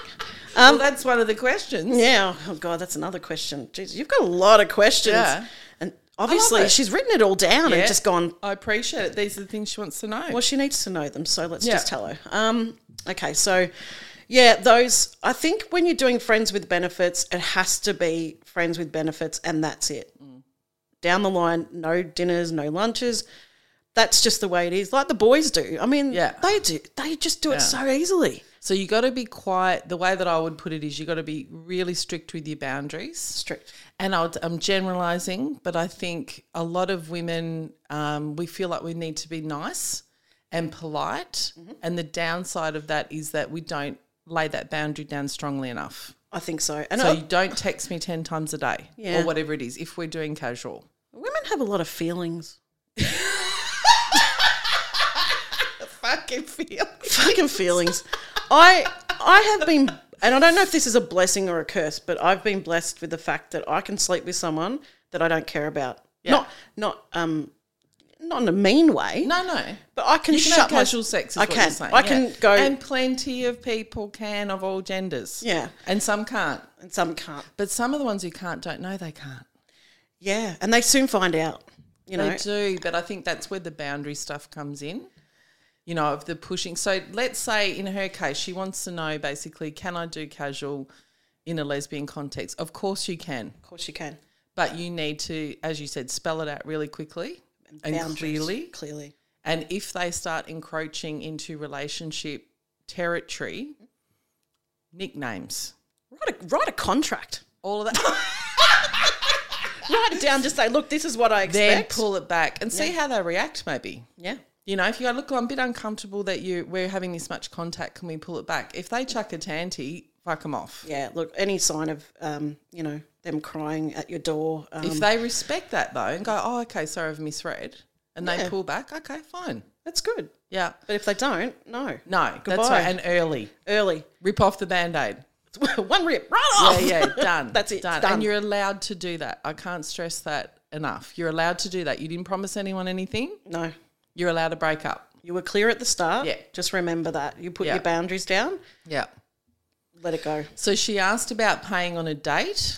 well, that's one of the questions. Um, Yeah. Oh God, that's another question. Jeez, you've got a lot of questions. Yeah. And obviously, it. she's written it all down Yeah. and just gone. I appreciate it. These are the things she wants to know. Well, she needs to know them, so let's Yeah. just tell her. Um. Okay. So, yeah, those. I think when you're doing friends with benefits, it has to be friends with benefits, and that's it. Mm. Down the line, no dinners, no lunches. That's just the way it is. Like the boys do. I mean, Yeah. they do. They just do it so easily. so you got to be quite. The way that I would put it is, you got to be really strict with your boundaries. Strict. And i I'm generalizing, but I think a lot of women, um, we feel like we need to be nice and polite. Mm-hmm. And the downside of that is that we don't lay that boundary down strongly enough. I think so. And So I- you don't text me 10 times a day Yeah. or whatever it is if we're doing casual. women have a lot of feelings. Fucking feel. fucking feelings. I I have been, and I don't know if this is a blessing or a curse, but I've been blessed with the fact that I can sleep with someone that I don't care about. Not not um not in a mean way. No, no. but I can, You can shut have my- casual sex. Is I what can. You're saying. I yeah. can go, And plenty of people can of all genders. Yeah. And some can't. and some can't. But some of the ones who can't don't know they can't. Yeah, and they soon find out. You know, They do, but I think that's where the boundary stuff comes in. You know, of the pushing. So let's say in her case, she wants to know basically, can I do casual in a lesbian context? Of course you can, of course you can. but you need to, as you said, spell it out really quickly and Boundaries, clearly. clearly. And if they start encroaching into relationship territory, nicknames, Write a, write a contract. all of that, Write it down. Just say, look, this is what I *laughs* then expect. pull it back and see how they react, maybe. yeah, You know, if you go, look, I'm a bit uncomfortable that you we're having this much contact, can we pull it back? If they chuck a tanty, fuck them off. yeah. Look, any sign of um, you know, them crying at your door. Um, if they respect that though and go, oh, okay, sorry, I've misread, and they Yeah. pull back, okay, fine. that's good. Yeah. But if they don't, no. No, that's Goodbye. right. And early. Early. *laughs* Rip off the band aid. One rip, right off. Yeah, yeah, done. Oh. *laughs* That's it, Done. done. And you're allowed to do that. I can't stress that enough. You're allowed to do that. You didn't promise anyone anything. No. You're allowed to break up. You were clear at the start. Yeah. Just remember that. You put Yeah. your boundaries down, Yeah. let it go. So she asked about paying on a date.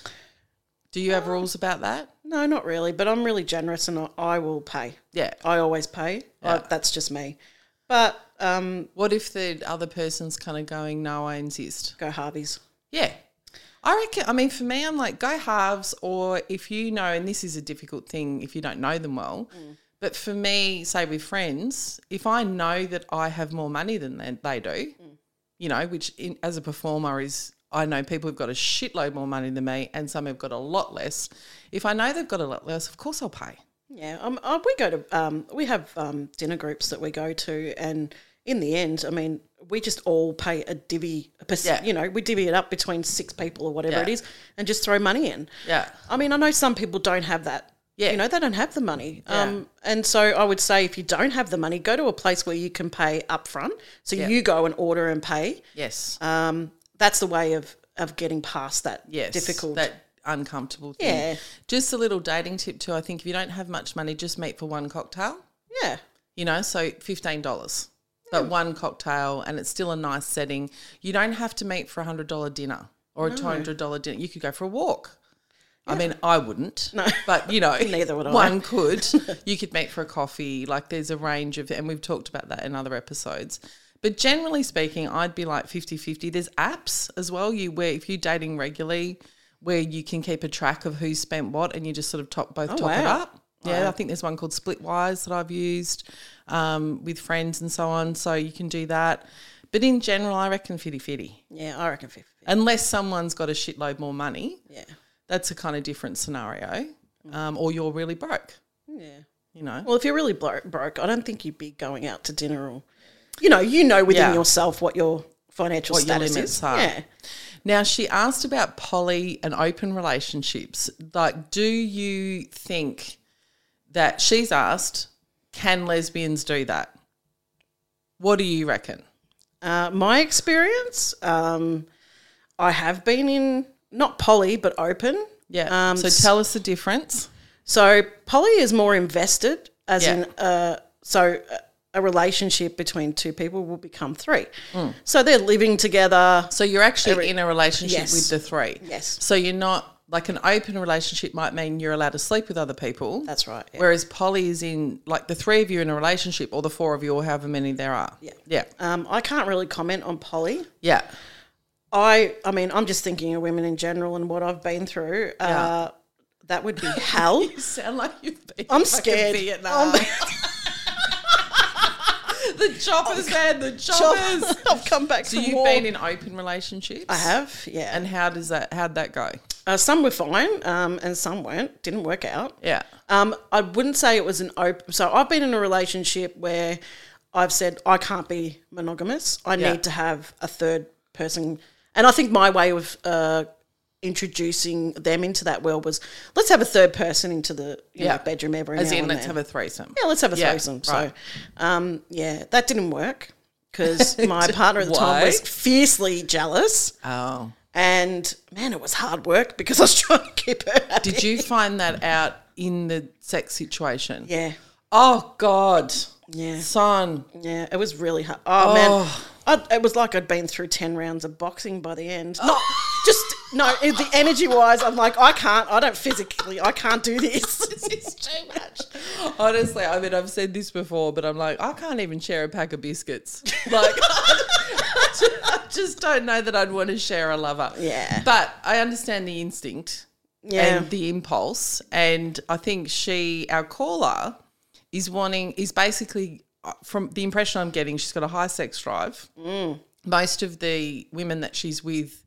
Do you Oh. have rules about that? No, not really, but I'm really generous and I- I will pay. Yeah. I always pay. I- that's just me. But um, What if the other person's kind of going, no, I insist? go Harvey's. Yeah. I reckon, I mean, for me, I'm like, go halves, or if you know, and this is a difficult thing if you don't know them well, Mm. but for me, say with friends, if I know that I have more money than they, they do, Mm. you know, which in, as a performer is, I know people have got a shitload more money than me and some have got a lot less. If I know they've got a lot less, of course I'll pay. Yeah, um, uh, we go to um, we have um, dinner groups that we go to, and in the end, I mean, we just all pay a divvy, a perc- Yeah. you know, we divvy it up between six people or whatever Yeah. it is, and just throw money in. Yeah. I mean, I know some people don't have that. Yeah. you know, they don't have the money. Um, and so I would say if you don't have the money, go to a place where you can pay upfront. So you go and order and pay. Yes. Um, that's the way of of getting past that yes, difficult. that uncomfortable thing. Yeah. Just a little dating tip too. I think if you don't have much money, just meet for one cocktail. yeah, You know, so fifteen dollars, Hmm. but one cocktail, and it's still a nice setting. You don't have to meet for a hundred dollar dinner or a two hundred dollar dinner. You could go for a walk. I mean, I wouldn't. No, but you know, *laughs* Neither would I. One could. you could meet for a coffee. Like, there's a range of, and we've talked about that in other episodes. But generally speaking, I'd be like 50-50. There's apps as well. You where if you're dating regularly, where you can keep a track of who spent what, and you just sort of top both top it wow. up. Yeah, I think there's one called Splitwise that I've used um, with friends and so on. So you can do that. But in general, I reckon 50 50. yeah, I reckon fifty. Unless someone's got a shitload more money, Yeah, that's a kind of different scenario. Um, or you're really broke, yeah. you know? Well, if you're really blo- broke, I don't think you'd be going out to dinner or you know, you know within Yeah. yourself what your financial What your status limits is. are. Yeah. Now, she asked about poly and open relationships. Like, do you think that she's asked, can lesbians do that? What do you reckon? Uh, my experience, um, I have been in not poly but open. Yeah. Um, so tell us the difference. So poly is more invested, as Yeah. in, uh, so uh, a relationship between two people will become three. Hmm. So they're living together. So you're actually in a relationship Yes. with the three. Yes. So you're not like an open relationship might mean you're allowed to sleep with other people. That's right, yeah. Whereas poly is in like the three of you in a relationship or the four of you or however many there are. Yeah. Yeah. Um, I can't really comment on poly. Yeah. I, I mean, I'm just thinking of women in general and what I've been through. Uh, that would be *laughs* hell. Sound like you've been I'm fucking scared. Vietnam. I'm- *laughs* the choppers man, *laughs* the choppers. I've come back. so from you've war. been in open relationships? I have, yeah. And how does that how'd that go? Uh, some were fine, um, and some weren't. Didn't work out. Yeah. Um, I wouldn't say it was an open. So I've been in a relationship where I've said I can't be monogamous. I Yeah. need to have a third person, and I think my way of uh, introducing them into that world was let's have a third person into the you Yeah. know, bedroom every As now in and let's then. have a threesome. yeah, let's have a Yeah, threesome. right. So, um, yeah, that didn't work *laughs* because my partner at the Why? time was fiercely jealous. Oh. And man, it was hard work because I was trying to keep her. Happy. Did you find that out in the sex situation? Yeah, Oh God. *laughs* yeah, Son. yeah. It was really hard. Oh, man, I, it was like I'd been through ten rounds of boxing by the end. Oh. Not just no. it- The energy wise, I'm like, I can't. I don't physically. I can't do this. this *laughs* is too much. Honestly, I mean I've said this before, but I'm like, I can't even share a pack of *laughs* biscuits. Like I ju- I just don't know that I'd want to share a lover. Yeah. But I understand the instinct Yeah, and the impulse. And I think she, our caller, is wanting, is basically, uh, from the impression I'm getting, she's got a high sex drive. Mm. Most of the women that she's with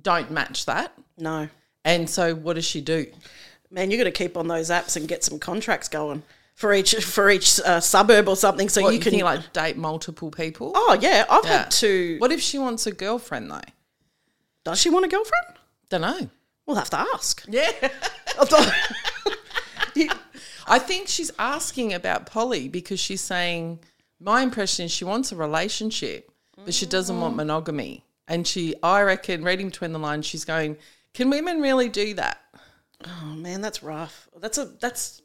don't match that. no, And so what does she do? man, you got to keep on those apps and get some contracts going for each for each uh, suburb or something, so What, you you can think like date multiple people? Oh yeah, I've Yeah. had two. What if she wants a girlfriend though? does she want a girlfriend? Don't know. We'll have to ask. Yeah. You- I think she's asking about Polly because she's saying, my impression is she wants a relationship, but she doesn't Mm. want monogamy. And she, I reckon, reading between the lines, she's going, can women really do that? Oh man, that's rough. That's a that's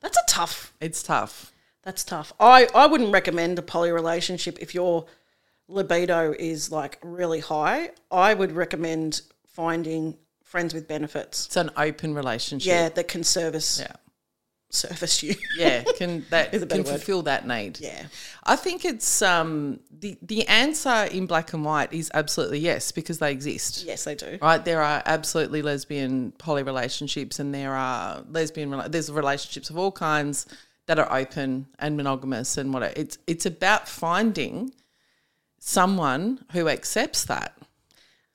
that's a tough. It's tough. That's tough. I I wouldn't recommend a poly relationship if your libido is like really high. I would recommend finding friends with benefits. It's an open relationship. Yeah, that can service Yeah. service you. *laughs* Yeah. Can that Is a better can word. fulfill that need? yeah. I think it's um the the answer in black and white is absolutely yes because they exist. Yes, they do. right? There are absolutely lesbian poly relationships, and there are lesbian rela- there's relationships of all kinds that are open and monogamous and what it's it's about finding someone who accepts that.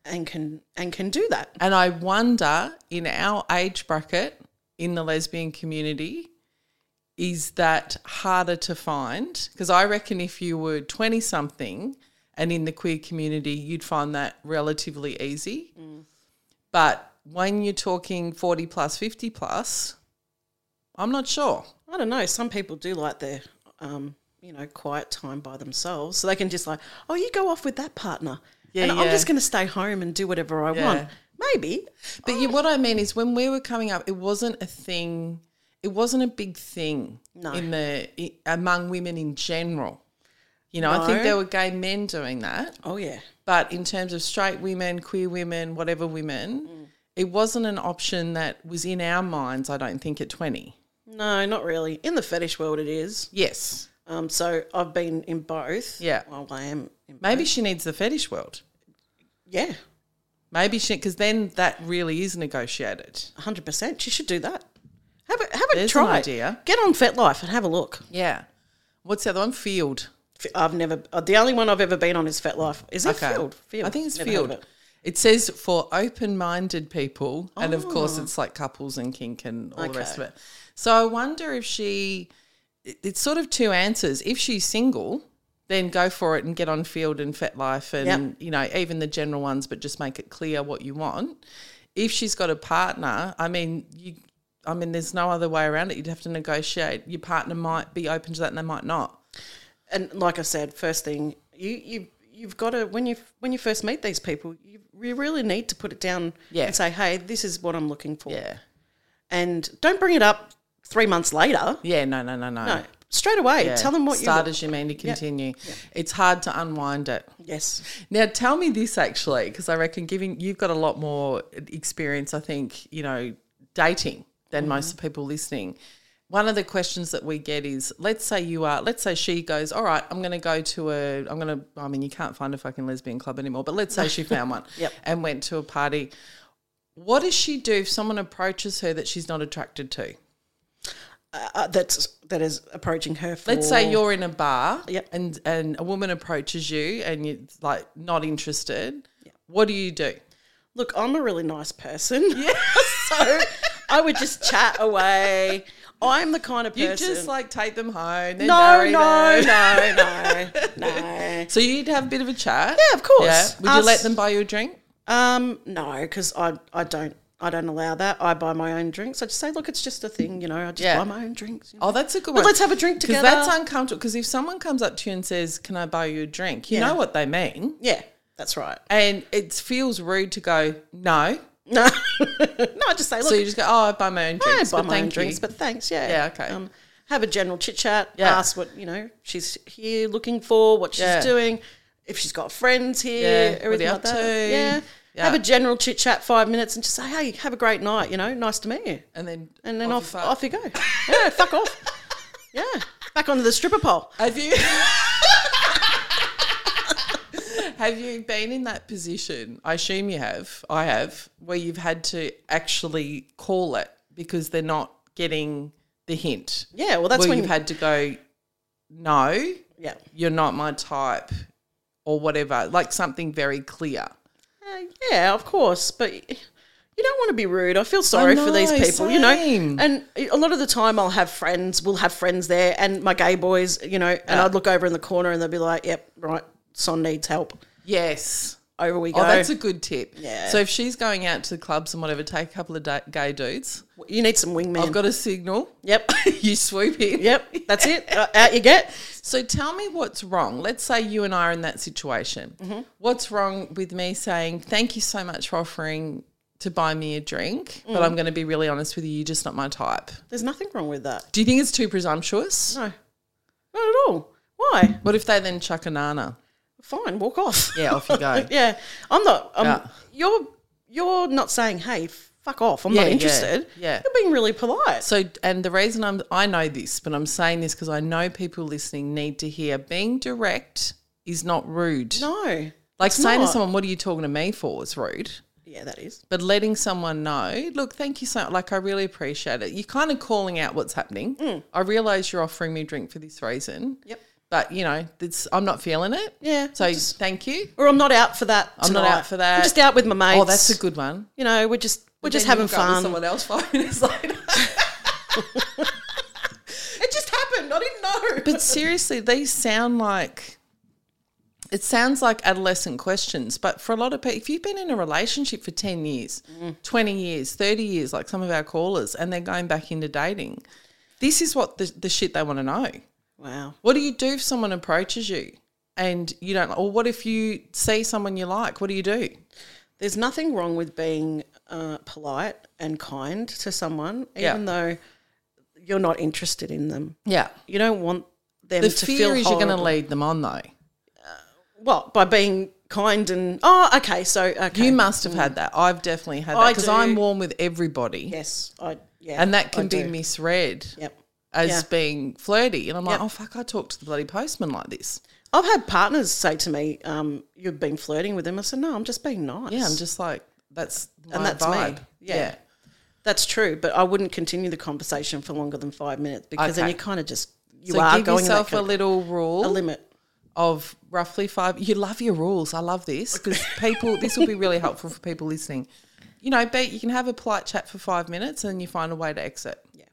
And can and can do that. And I wonder in our age bracket in the lesbian community is that harder to find because I reckon if you were 20 something and in the queer community you'd find that relatively easy. But when you're talking 40 plus 50 plus I'm not sure. I don't know. Some people do like their, um, you know, quiet time by themselves, so they can just like, oh, you go off with that partner, Yeah, and I'm yeah. just going to stay home and do whatever I Yeah. want. Maybe. But you, what I mean is, when we were coming up, it wasn't a thing. It wasn't a big thing No. in the i among women in general. You know, I think No. there were gay men doing that, Oh yeah. but in terms of straight women, queer women, whatever women, it wasn't an option that was in our minds. I don't think at twenty. No, not really. In the fetish world, it is. Yes, Um, so I've been in both. Yeah. Well, I am. In, maybe she needs the fetish world. yeah, Maybe she because then that really is negotiated. hundred percent. She should do that. Have a have a There's an try. idea. Get on FetLife and have a look. Yeah. What's the other one? Field. F- I've never. uh, The only one I've ever been on is FetLife. Is it Okay. Field? Field. I think it's Never heard of field. it. It. says for open-minded people, and of Oh. course, it's like couples and kink and all the rest of it. So I wonder if she. it- It's sort of two answers. If she's single, then go for it and get on field and fet life and Yep. you know even the general ones but just make it clear what you want if she's got a partner i mean you i mean there's no other way around it you'd have to negotiate your partner might be open to that and they might not and like I said, first thing you you you've got to when you when you first meet these people, you, you really need to put it down Yeah. and say, hey, this is what I'm looking for, and don't bring it up three months later. yeah no no no no, No, straight away, Yeah. tell them what start you as you mean to continue it's hard to unwind it want. Yes, Now, tell me this actually, because I reckon giving you've got a lot more experience, I think, you know, dating than Mm-hmm. most people listening. One of the questions that we get is let's say you are, let's say she goes, All right, I'm going to go to a, I'm going to, I mean, you can't find a fucking lesbian club anymore, but let's say she found one *laughs* Yep. and went to a party. What does she do if someone approaches her that she's not attracted to? uh, that's that is approaching her. For, Let's say you're in a bar Yep. and, and a woman approaches you and you're like not interested. What do you do? look, I'm a really nice person. Yeah, *laughs* so I would just chat away. I'm the kind of person. You just like take them home. They're no, married, no, eh? no, no, *laughs* no. So you'd have a bit of a chat. Yeah, of course. Would you Us- let them buy you a drink? Um, no, because I I don't I don't allow that. I buy my own drinks. I just say, look, it's just a thing, you know. I just Yeah. buy my own drinks. you know. Oh, that's a good But one. let's have a drink Because together. that's uncomfortable. Because if someone comes up to you and says, "Can I buy you a drink?" You know what they mean, yeah, that's right. and it feels rude to go no. No, no, I just say, look, so you just go, "Oh, I buy my own I drinks." buy but my own thank you." drinks, but thanks. Yeah, Um, Yeah, okay. have a general chit chat. Yeah. Ask what you know she's here looking for, what she's Yeah. doing, if she's got friends Yeah, here, what are everything you like up that. to? Yeah. Yeah. Have a general chit chat, five minutes, and just say, "Hey, have a great night." You know, nice to meet you. and then and then off you off you, go. Yeah, fuck *laughs* off. Yeah, back onto the stripper pole. fuck. have you *laughs* have you been in that position? I assume you have. I have, where you've had to actually call it because they're not getting the hint. Yeah, well, that's where when you've had to go, no, Yeah, you're not my type, or whatever, like something very clear. Uh, yeah, of course, but you don't want to be rude. I feel sorry for these know, people, you know. same. And a lot of the time, I'll have friends. We'll have friends there, and my gay boys, you know. And I'd look over in the corner, and they'd be like, "Yep, right, son needs help." Yes. Over we go. Oh, that's a good tip. Yeah. So if she's going out to the clubs and whatever, take a couple of da- gay dudes. you need some wingman. I've got a signal. *laughs* yep, *laughs* you swoop in. yep. That's it. Uh, out you get. So tell me what's wrong. Let's say you and I are in that situation. What's wrong with me saying, thank you so much for offering to buy me a drink, but I'm going to be really honest with you, you're just not my type. There's nothing wrong with that. Do you think it's too presumptuous? No, not at all. Why? What if they then chuck a nana? Fine, walk off. *laughs* Yeah, off you go. *laughs* yeah, I'm not. Um, Yeah. You're you're not saying, "Hey, fuck off. I'm Yeah, not yeah, interested." yeah. you're being really polite. So, and the reason I'm, I know this, but I'm saying this because I know people listening need to hear being direct is not rude. no, like it's saying not. to someone, what are you talking to me for is rude. Yeah, that is. But letting someone know, look, thank you so Like, I really appreciate it. You're kind of calling out what's happening. I realize you're offering me a drink for this reason. Mm. Yep. But, you know, it's, I'm not feeling it. Yeah, So, I just- thank you. Or I'm not out for that. I'm not tonight. out for that. I'm just out with my mates. Oh, that's a good one. You know, we're just we're But just then having you'll go with fun. Someone else *laughs* five minutes later. It just happened. I didn't know. But seriously, these sound like it sounds like adolescent questions. But for a lot of people, if you've been in a relationship for 10 years, Mm. 20 years, 30 years, like some of our callers, and they're going back into dating, this is what the, the shit they want to know. wow. What do you do if someone approaches you and you don't, or what if you see someone you like? What do you do? There's nothing wrong with being uh, polite and kind to someone, even Yeah. though you're not interested in them. Yeah. You don't want them The to fear feel is you're going to horrible. lead them on, though. Well, by being kind and oh, okay. So okay. You must have had that. I've definitely had Mm. I that because I'm do. warm with everybody. Yes, I. Yeah, And that I can be do. misread. Yep. as Yeah. being flirty. And I'm like, Yep. oh, fuck, I talk to the bloody postman like this. I've had partners say to me, um, "You've been flirting with them." I said, "No, I'm just being nice." Yeah, I'm just like, that's my And that's me. vibe. Yeah. That's true, but I wouldn't continue the conversation for longer than five minutes because then Okay. you kind of just you so are give going in that yourself a kind of- little rule a limit. of roughly five. You love your rules. I love *laughs* this because people, this will be really helpful for people listening. You know, but you can have a polite chat for five minutes and you find a way to exit. Yeah.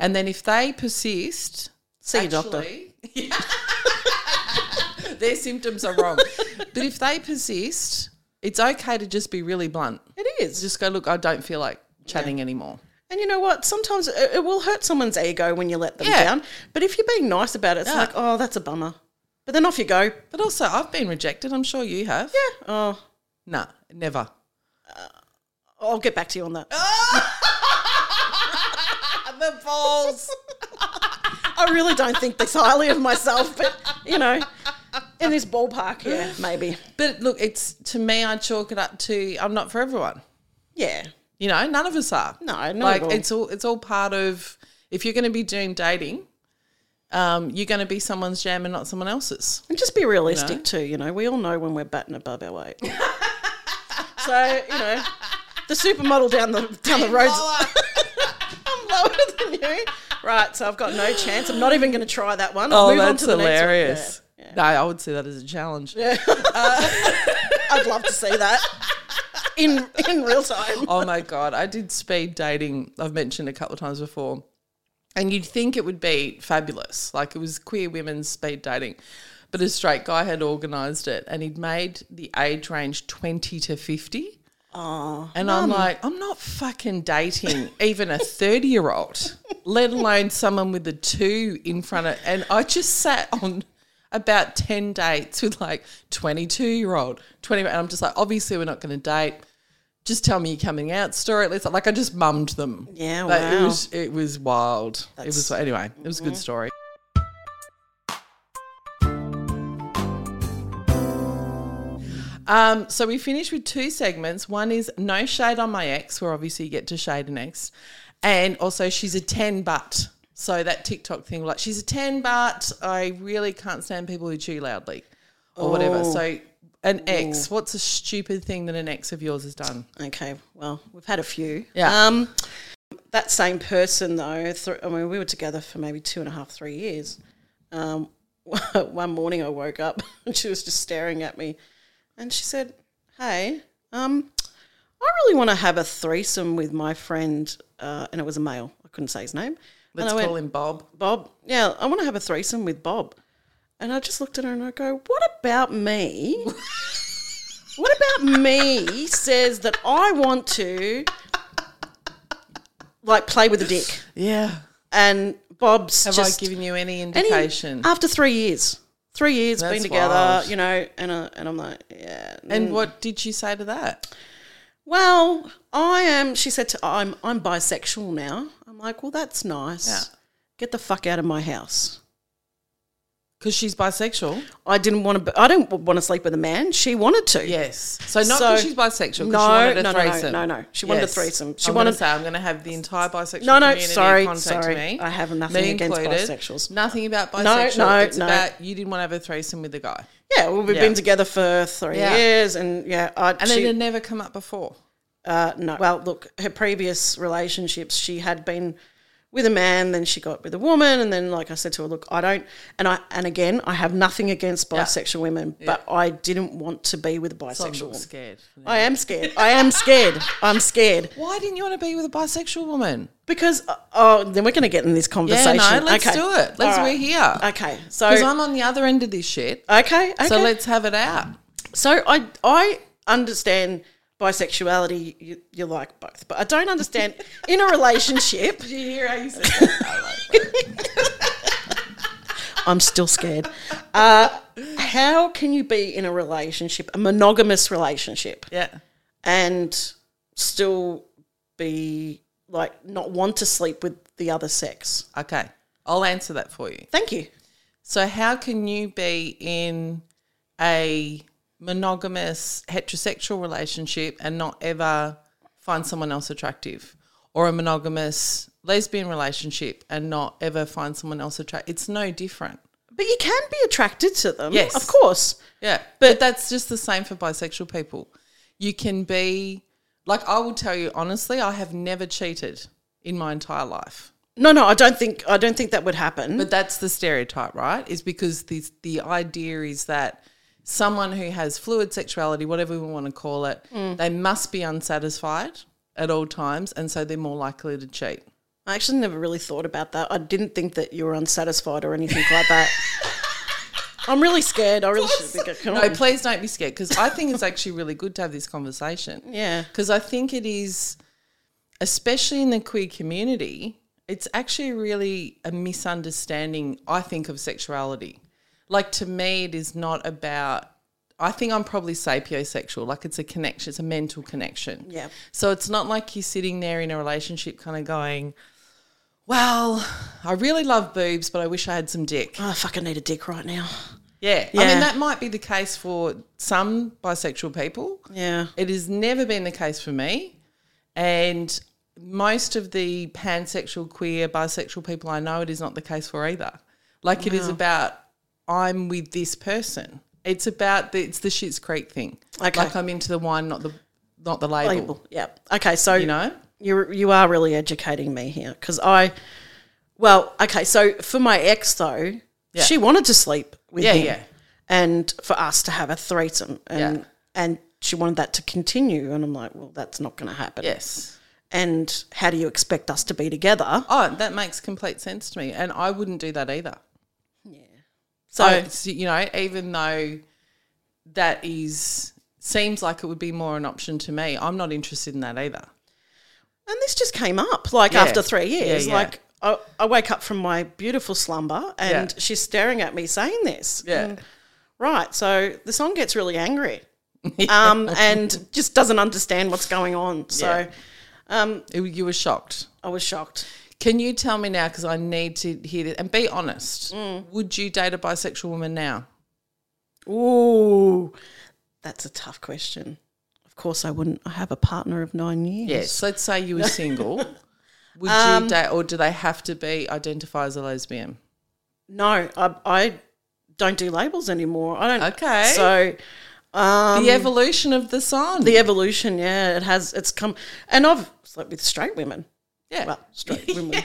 And then if they persist, See your doctor. actually- *laughs* Their symptoms are wrong. but if they persist, it's okay to just be really blunt. It is. Just go, look, I don't feel like chatting anymore. And you know what? Sometimes it, it will hurt someone's ego when you let them Yeah. down. But if you're being nice about it, it's Yeah. like, oh, that's a bummer. But then off you go. But also, I've been rejected. I'm sure you have. Yeah. Oh, Nah, never. I'll get back to you on that. The balls. I really don't think this highly of myself, but you know, in this ballpark, yeah, maybe. *laughs* But look, it's to me, I chalk it up to I'm not for everyone. Yeah. You know, none of us are. No, not at like all. it's all it's all part of if you're going to be doing dating, um, you're going to be someone's jam and not someone else's. And just be realistic too, you know. We all know when we're batting above our weight. *laughs* so, you know, the supermodel down the down the road's *laughs* I'm lower than you. Right, so I've got no chance. I'm not even gonna try that one. I'll Oh, move on that's to the next one. hilarious. No, I would see that as a challenge. Yeah. I'd love to see that. In in real time. oh my god, I did speed dating. I've mentioned a couple of times before, and you'd think it would be fabulous, like it was queer women's speed dating, but a straight guy had organised it, and he'd made the age range twenty to fifty. Oh, and I'm like, I'm not fucking dating even a thirty year old, let alone someone with a two in front of. And I just sat on. About 10 dates with like 22 year old, 20, and I'm just like, obviously, we're not going to date just tell me you're coming out story at least like i just mummed them Yeah, Like, it wow. mm-hmm. was it was wild it was anyway it was a good story Um, so we finished with two segments. One is no shade on my ex, where obviously you get to shade an ex, and also she's a ten but. So that TikTok thing, like she's a ten but. I really can't stand people who chew loudly, or whatever. So an ex, what's a stupid thing that an ex of yours has done? Okay, well, we've had a few. Yeah. Um, that same person, though, th- I mean, we were together for maybe two and a half, three years. Um, *laughs* one morning I woke up *laughs* and she was just staring at me and she said, Hey, um, I really want to have a threesome with my friend, uh, and it was a male. I couldn't say his name. Let's and I call went, him Bob. Bob, yeah, I want to have a threesome with Bob. And I just looked at her and I go, What *laughs* about me? what about me says that I want to like play with a dick? Yeah. And Bob's Have just um, I given you any and he- indication? And, after three years. Three years That's being together, wild. you know, and uh, and I'm like, yeah. what did she say to that? Well, I am. She said, to, "I'm I'm bisexual now." I'm like, "Well, that's nice. Yeah. Get the fuck out of my house." Because she's bisexual. I didn't want to. I don't want to sleep with a man. She wanted to. Yes. So not So- because she's bisexual. 'cause No, she wanted a no, no, no, threesome. no, no. She wanted a threesome. She I'm gonna wanted- say I'm going to have the entire bisexual No, no, community sorry, contact sorry. me. I have nothing me against included. bisexuals. Nothing about No, bisexual. no, it's no. about you didn't want to have a threesome with the guy, Yeah, well, we've Yeah. been together for three Yeah. years, and yeah, I, and she, it had never come up before. uh, no. Well, look, her previous relationships, she had been with a man, then she got with a woman, and then, like I said to her, look, I don't, and I, and again, I have nothing against bisexual women, but I didn't want to be with a So I'm bisexual woman. scared. I am scared. I am scared. I'm scared Why didn't you want to be with a bisexual woman? because uh, oh, then we're going to get in this conversation. let's okay. do it. Let's- All we're here. Okay, so Because I'm on the other end of this shit. okay, okay. So let's have it out. So I I understand bisexuality. You, you like both, but I don't understand in a relationship. Did you hear how you said? I'm still scared. Uh, how can you be in a relationship, a monogamous relationship, Yeah. and still be like not want to sleep with the other sex? Okay. I'll answer that for you. Thank you. So how can you be in a monogamous heterosexual relationship and not ever find someone else attractive or a monogamous lesbian relationship and not ever find someone else attractive? It's no different. But you can be attracted to them. Yes. of course. Yeah. But, that's just the same for bisexual people. You can be like I will tell you honestly, I have never cheated in my entire life. No, no, I don't think I don't think that would happen. But that's the stereotype, right? Is because the the idea is that someone who has fluid sexuality, whatever we want to call it, they must be unsatisfied at all times, and so they're more likely to cheat. *laughs* I actually never really thought about that. I didn't think that you were unsatisfied or anything like that. I'm really scared. I really should be getting No, please don't be scared because I think it's actually really good to have this conversation. *laughs* Yeah. Because I think it is, especially in the queer community, it's actually really a misunderstanding, I think, of sexuality. Like to me, it is not about, I think I'm probably sapiosexual. Like it's a connection, it's a mental connection. Yeah. So it's not like you're sitting there in a relationship kind of going, well, I really love boobs, but I wish I had some dick. Oh, I fucking need a dick right now. Yeah. I Yeah. mean, that might be the case for some bisexual people. Yeah. It has never been the case for me. And most of the pansexual, queer, bisexual people I know, it is not the case for either. Like, it is about I'm with this person. It's about the, it's the Shit's Creek thing. Okay. Like I'm into the wine, not the not the label. Label. Yeah. Okay. So You know. you you are really educating me here because I, well, okay. So for my ex though, she wanted to sleep with Yeah, him, yeah. and for us to have a threesome, and Yeah. and she wanted that to continue, and I'm like, well, that's not going to happen. Yes. And how do you expect us to be together? Oh, that makes complete sense to me, and I wouldn't do that either. So I- so, you know, even though that is seems like it would be more an option to me, I'm not interested in that either. And this just came up like Yeah. after three Yeah, years. yeah. Like I, I wake up from my beautiful slumber and Yeah. she's staring at me saying this. Yeah. And, right. So the song gets *laughs* really angry. um, and just doesn't understand what's going on. So It- you were shocked. I was shocked. Can you tell me now? Because I need to hear this and be honest. Mm. Would you date a bisexual woman now? Ooh, that's a tough question. Of course, I wouldn't. I have a partner of nine years. So let's say *laughs* you were single. Would Um, you date, or do they have to be identify as a lesbian? No, I, I don't do labels anymore. I don't. Okay. So um, the evolution of the song. the evolution, yeah, it has. It's come, and I've slept with straight women. yeah. Well, *laughs* straight women.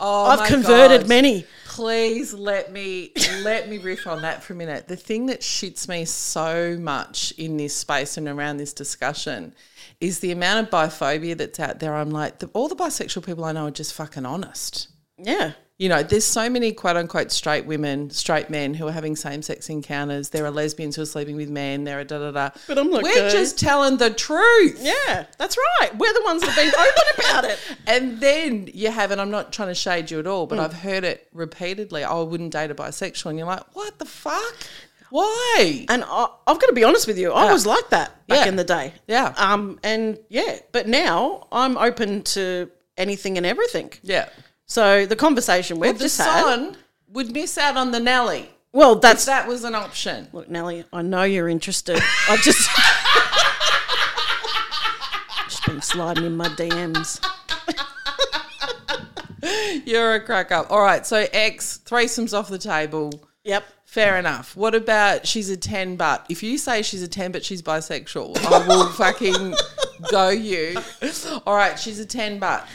Oh my I've converted God. many. Please let *laughs* me let me riff on that for a minute. The thing that shits me so much in this space and around this discussion is the amount of biphobia that's out there. I'm like, the, all the bisexual people I know are just fucking honest. Yeah. You know, there's so many quote unquote straight women, straight men who are having same sex encounters. There are lesbians who are sleeping with men. There are da da da. But I'm like, we're uh, just telling the truth. Yeah, that's right. We're the ones that have *laughs* been open about it. And then you have, and I'm not trying to shade you at all, Mm. but I've heard it repeatedly. Oh, I wouldn't date a bisexual, and you're like, what the fuck? Why? And I, I've got to be honest with you, I was like that back Yeah. in the day. Yeah. Um. And yeah, but now I'm open to anything and everything. yeah, So the conversation we've the just had. son would miss out on the Nelly. Well, that's That was an option. Look, Nellie, I know you're interested. I *laughs* just just been sliding in my DMs. You're a crack up. All right, so X threesomes off the table. Yep. Fair enough. What about she's a 10 but? If you say she's a 10 but she's bisexual, I *laughs* will fucking go you. All right, she's a 10 but.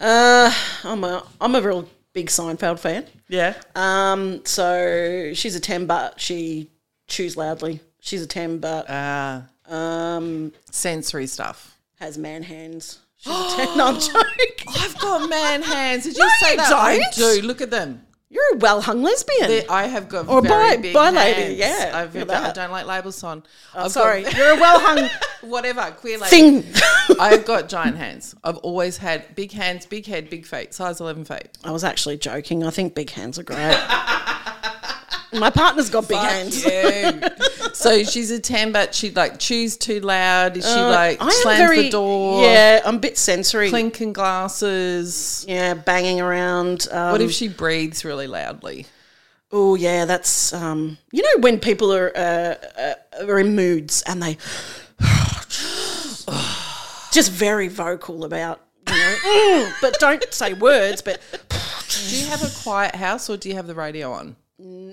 Uh, I'm a I'm a real big Seinfeld fan. Yeah. Um, so she's a ten, but she chews loudly. She's a ten, but Uh, um, Sensory stuff. has man hands. She's a ten. *gasps* No, I'm joking. I've *laughs* got man hands. Did you say you that? I don't. do. Look at them. You're a well hung lesbian. They- I have got Or very bi- big bi hands. lady, yeah, I've, look at I that. Oh, don't like labels on. I've Sorry, got- *laughs* you're a well hung *laughs* whatever queer lady. thing. *laughs* I've got giant hands. I've always had big hands, big head, big feet, size eleven *laughs* feet. I was actually joking. I think big hands *laughs* are great. My partner's got big Fuck hands. you. so she's a ten, but she like chews too loud. Is she Uh, like slams the door? Yeah, I'm a bit sensory. clinking glasses. Yeah, banging around. Um, What if she breathes really loudly? Oh yeah, that's um. You know when people are uh, uh, are in moods and they *sighs* just very vocal about you know, *laughs* "Mm," but don't say words. But Do you have a quiet house or do you have the radio on?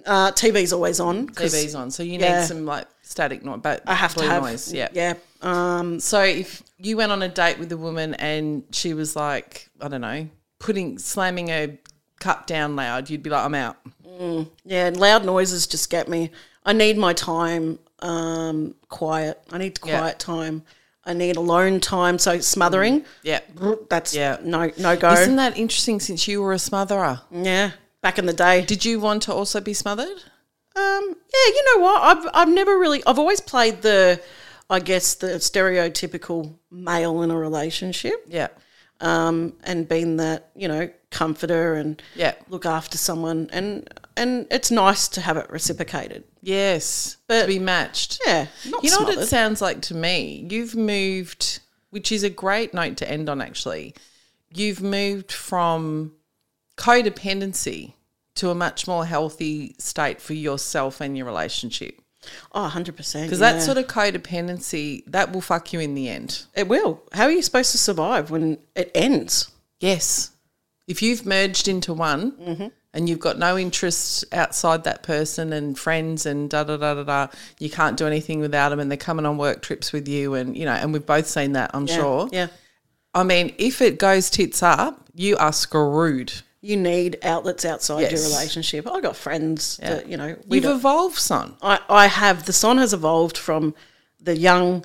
uh, TV's always on. 'cause TV's on, so you yeah. need some like static noise, but I have blue to have noise. Yeah. yeah. Um, So if you went on a date with a woman and she was like, I don't know, putting slamming her cup down loud, you'd be like, I'm out. yeah, and loud noises just get me. I need my time. Um, quiet. I need Yeah. quiet time. I need alone time. So smothering. Yeah. That's Mm. Yeah. no no go. Isn't that Mm. interesting? Since you were a smotherer, yeah, back in the day. did you want to also be smothered? Um, yeah, you know what? I've I've never really I've always played the I guess the stereotypical male in a relationship Yeah. um, and been that you know comforter and Yeah. look after someone and and it's nice to have it reciprocated. Yes. to But- be matched. Yeah, not You know what it smothered. sounds like to me? You've moved, which is a great note to end on, actually. You've moved from codependency to a much more healthy state for yourself and your relationship. Oh, 100 percent. Because that sort of codependency, that will fuck you in the end. it will. How are you supposed to survive when it ends? Yes. If you've merged into one Mm-hmm. and you've got no interests outside that person and friends and da da da da da, you can't do anything without them and they're coming on work trips with you and, you know, and we've both seen that, I'm Yeah, sure. Yeah, I mean, if it goes tits up, you are screwed. you need outlets outside your Yes. relationship. I got friends that you know we You've don't- evolved, son. I, I have the son has evolved from the young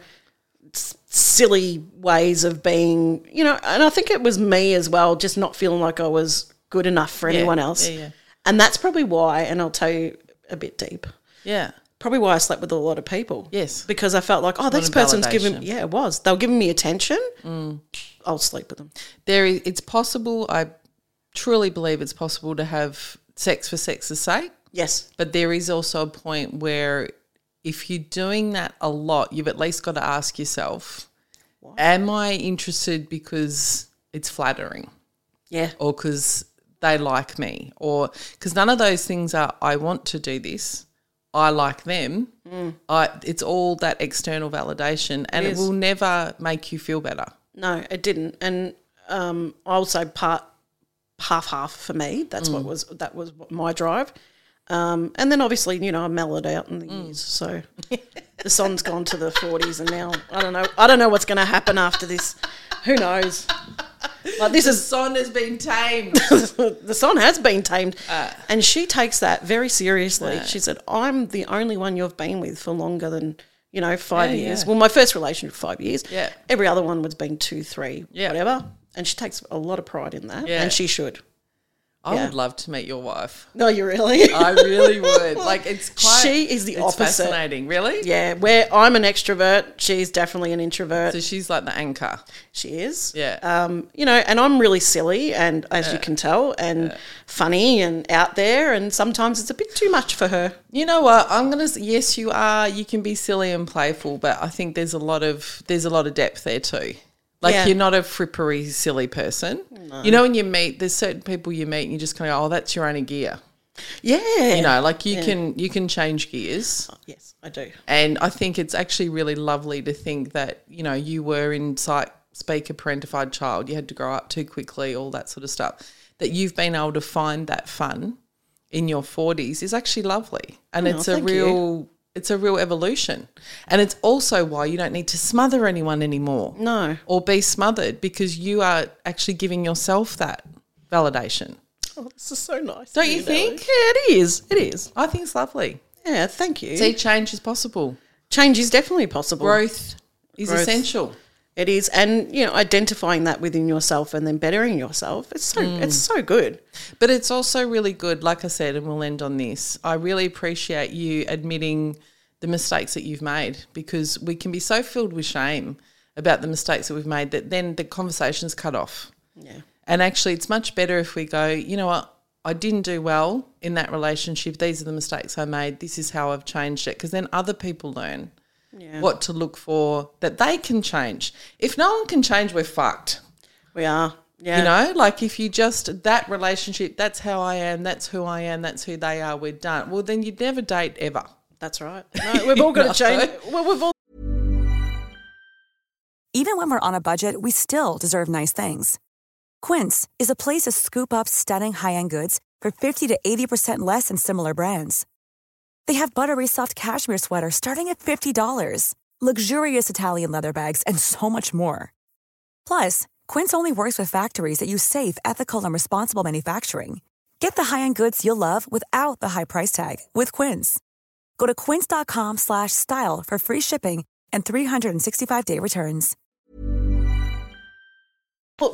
s- silly ways of being you know and i think it was me as well just not feeling like i was good enough for anyone else yeah, yeah. and that's probably why and i'll tell you a bit deep Yeah. probably why i slept with a lot of people Yes. because i felt like oh this of person's giving validation. Mm. yeah it was they were giving me attention i'll sleep with them There is, it's possible, I truly believe it's possible to have sex for sex's sake. yes But there is also a point where if you're doing that a lot, you've at least got to ask yourself, am I interested because it's flattering yeah or because they like me? Or because none of those things are, I want to do this. I like them. I, it's all that external validation, and it, will never make you feel better. No, it didn't. And um, I also part half half for me. That's what was that was what my drive. Um, and then obviously, you know, I mellowed out in the years. So the son's gone to the forties, and now I don't know. I don't know what's going to happen after this. Who knows? Like this is Son has been tamed. *laughs* the son has been tamed, Uh. and she takes that very seriously. She said, "I'm the only one you've been with for longer than you know five Yeah, years. yeah. Well, my first relationship five years. Yeah. every other one was been two, three, Yeah. whatever. And she takes a lot of pride in that, Yeah. and she should. I Yeah. would love to meet your wife. No, you really. *laughs* I really would. Like *laughs* it's quite. She is the it's opposite. Fascinating, really. yeah, where I'm an extrovert, she's definitely an introvert. So she's like the anchor. She is. Yeah. Um, you know, and I'm really silly and as you can tell and funny and out there and sometimes it's a bit too much for her. You know what? I'm gonna. s- Yes, you are. You can be silly and playful, but I think there's a lot of there's a lot of depth there too. Like Yeah. you're not a frippery, silly person. You know, when you meet, there's certain people you meet, and you just kind of go, "Oh, that's your only gear." Yeah. You know, like you can you can change gears. Yes, I do. And I think it's actually really lovely to think that, you know, you were in sight speaker parentified child, you had to grow up too quickly, all that sort of stuff. That you've been able to find that fun in your forties is actually lovely. And it's a Oh, thank you. real it's a real evolution. And it's also why you don't need to smother anyone anymore. No. Or be smothered because you are actually giving yourself that validation. Oh, this is so nice. Don't of you Nellie. think? Yeah, it is. It is. I think it's lovely. Yeah, thank you. See, change is possible. Change is definitely possible. Growth is Growth. essential. It is, and you know, identifying that within yourself and then bettering yourself. It's so Mm. it's so good. But it's also really good, like I said, and we'll end on this. I really appreciate you admitting the mistakes that you've made because we can be so filled with shame about the mistakes that we've made that then the conversation's cut off. Yeah. And actually, it's much better if we go, you know what? I didn't do well in that relationship. These are the mistakes I made. This is how I've changed it. Because then other people learn what to look for that they can change. If no one can change, we're fucked. We are. Yeah. You know, like if you just that relationship, that's how I am, that's who I am, that's who they are, we're done. Well, then you'd never date ever. *laughs* That's right. No, we've all got to You know? change. Well, we've all Even when we're on a budget, we still deserve nice things. Quince is a place to scoop up stunning high end goods for 50 to 80% less than similar brands. They have buttery soft cashmere sweaters starting at $50, luxurious Italian leather bags, and so much more. Plus, Quince only works with factories that use safe, ethical, and responsible manufacturing. Get the high-end goods you'll love without the high price tag with Quince. Go to quince.com/style slash style for free shipping and 365-day returns.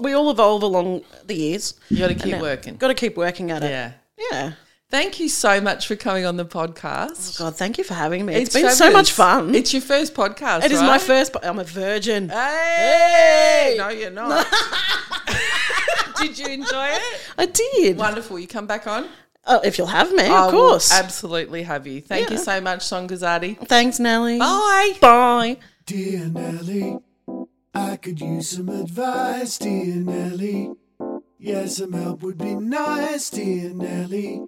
we all evolve along the years. You got to keep working. Got to keep working at it. Yeah. Yeah. Thank you so much for coming on the podcast. God, thank you for having me. it's been so much fun. It's your first podcast. It is right? my first. po- I'm a virgin. Hey! No, you're *laughs* not. *laughs* Did you enjoy it? I did. Wonderful. You come back on? Oh, if you'll have me, I of will course. Absolutely have you. Thank you Yeah. so much, Songazadi. Thanks, Nelly. Bye. Bye. Dear Nelly, I could use some advice, dear Nelly. Yeah, some help would be nice, dear Nelly.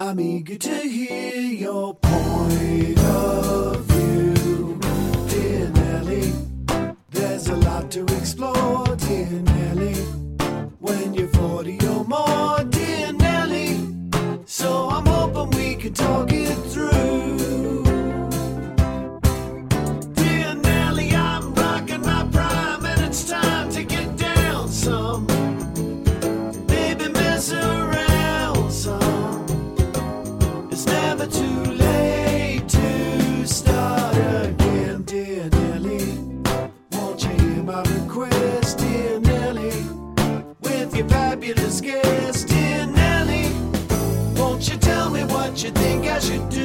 I'm eager to hear your point of view, dear Nelly. There's a lot to explore, dear Nelly. When you're 40 or more, dear Nelly. So I'm hoping we can talk it through. Dear Nelly, I'm rocking my prime, and it's time to get down some. Maybe mess around some. It's never too late to start again, dear Nelly. Won't you hear my request, dear Nelly? With your fabulous guest, dear Nelly. Won't you tell me what you think I should do?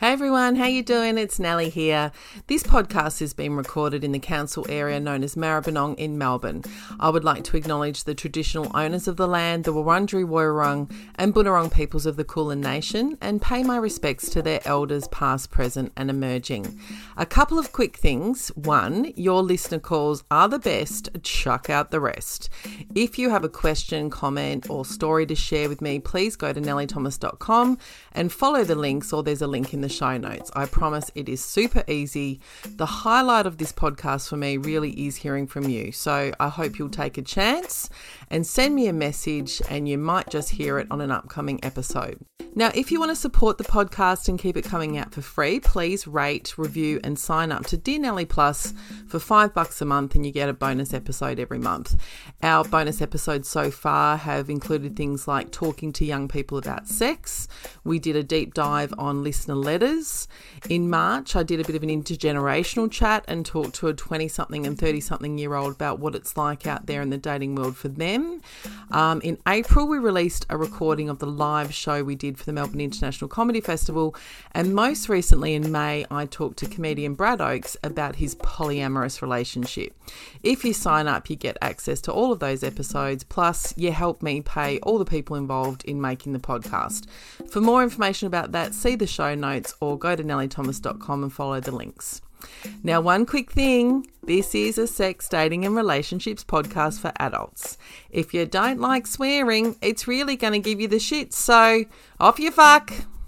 Hey everyone, how you doing? It's Nellie here. This podcast has been recorded in the council area known as Maribyrnong in Melbourne. I would like to acknowledge the traditional owners of the land, the Wurundjeri Woiwurrung and Bunurong peoples of the Kulin Nation, and pay my respects to their elders past, present and emerging. A couple of quick things. One, your listener calls are the best, chuck out the rest. If you have a question, comment or story to share with me, please go to nellythomas.com and follow the links, or there's a link in the show notes. I promise it is super easy. The highlight of this podcast for me really is hearing from you. So I hope you'll take a chance and send me a message, and you might just hear it on an upcoming episode. Now, if you want to support the podcast and keep it coming out for free, please rate, review, and sign up to Dear Nelly Plus for five bucks a month, and you get a bonus episode every month. Our bonus episodes so far have included things like talking to young people about sex. We did a deep dive on listener letters. In March, I did a bit of an intergenerational chat and talked to a 20 something and 30 something year old about what it's like out there in the dating world for them. Um, in April, we released a recording of the live show we did for the Melbourne International Comedy Festival. And most recently, in May, I talked to comedian Brad Oakes about his polyamorous relationship. If you sign up, you get access to all of those episodes. Plus, you help me pay all the people involved in making the podcast. For more information about that, see the show notes or go to nellythomas.com and follow the links. Now, one quick thing this is a sex, dating, and relationships podcast for adults. If you don't like swearing, it's really going to give you the shit, so off you fuck.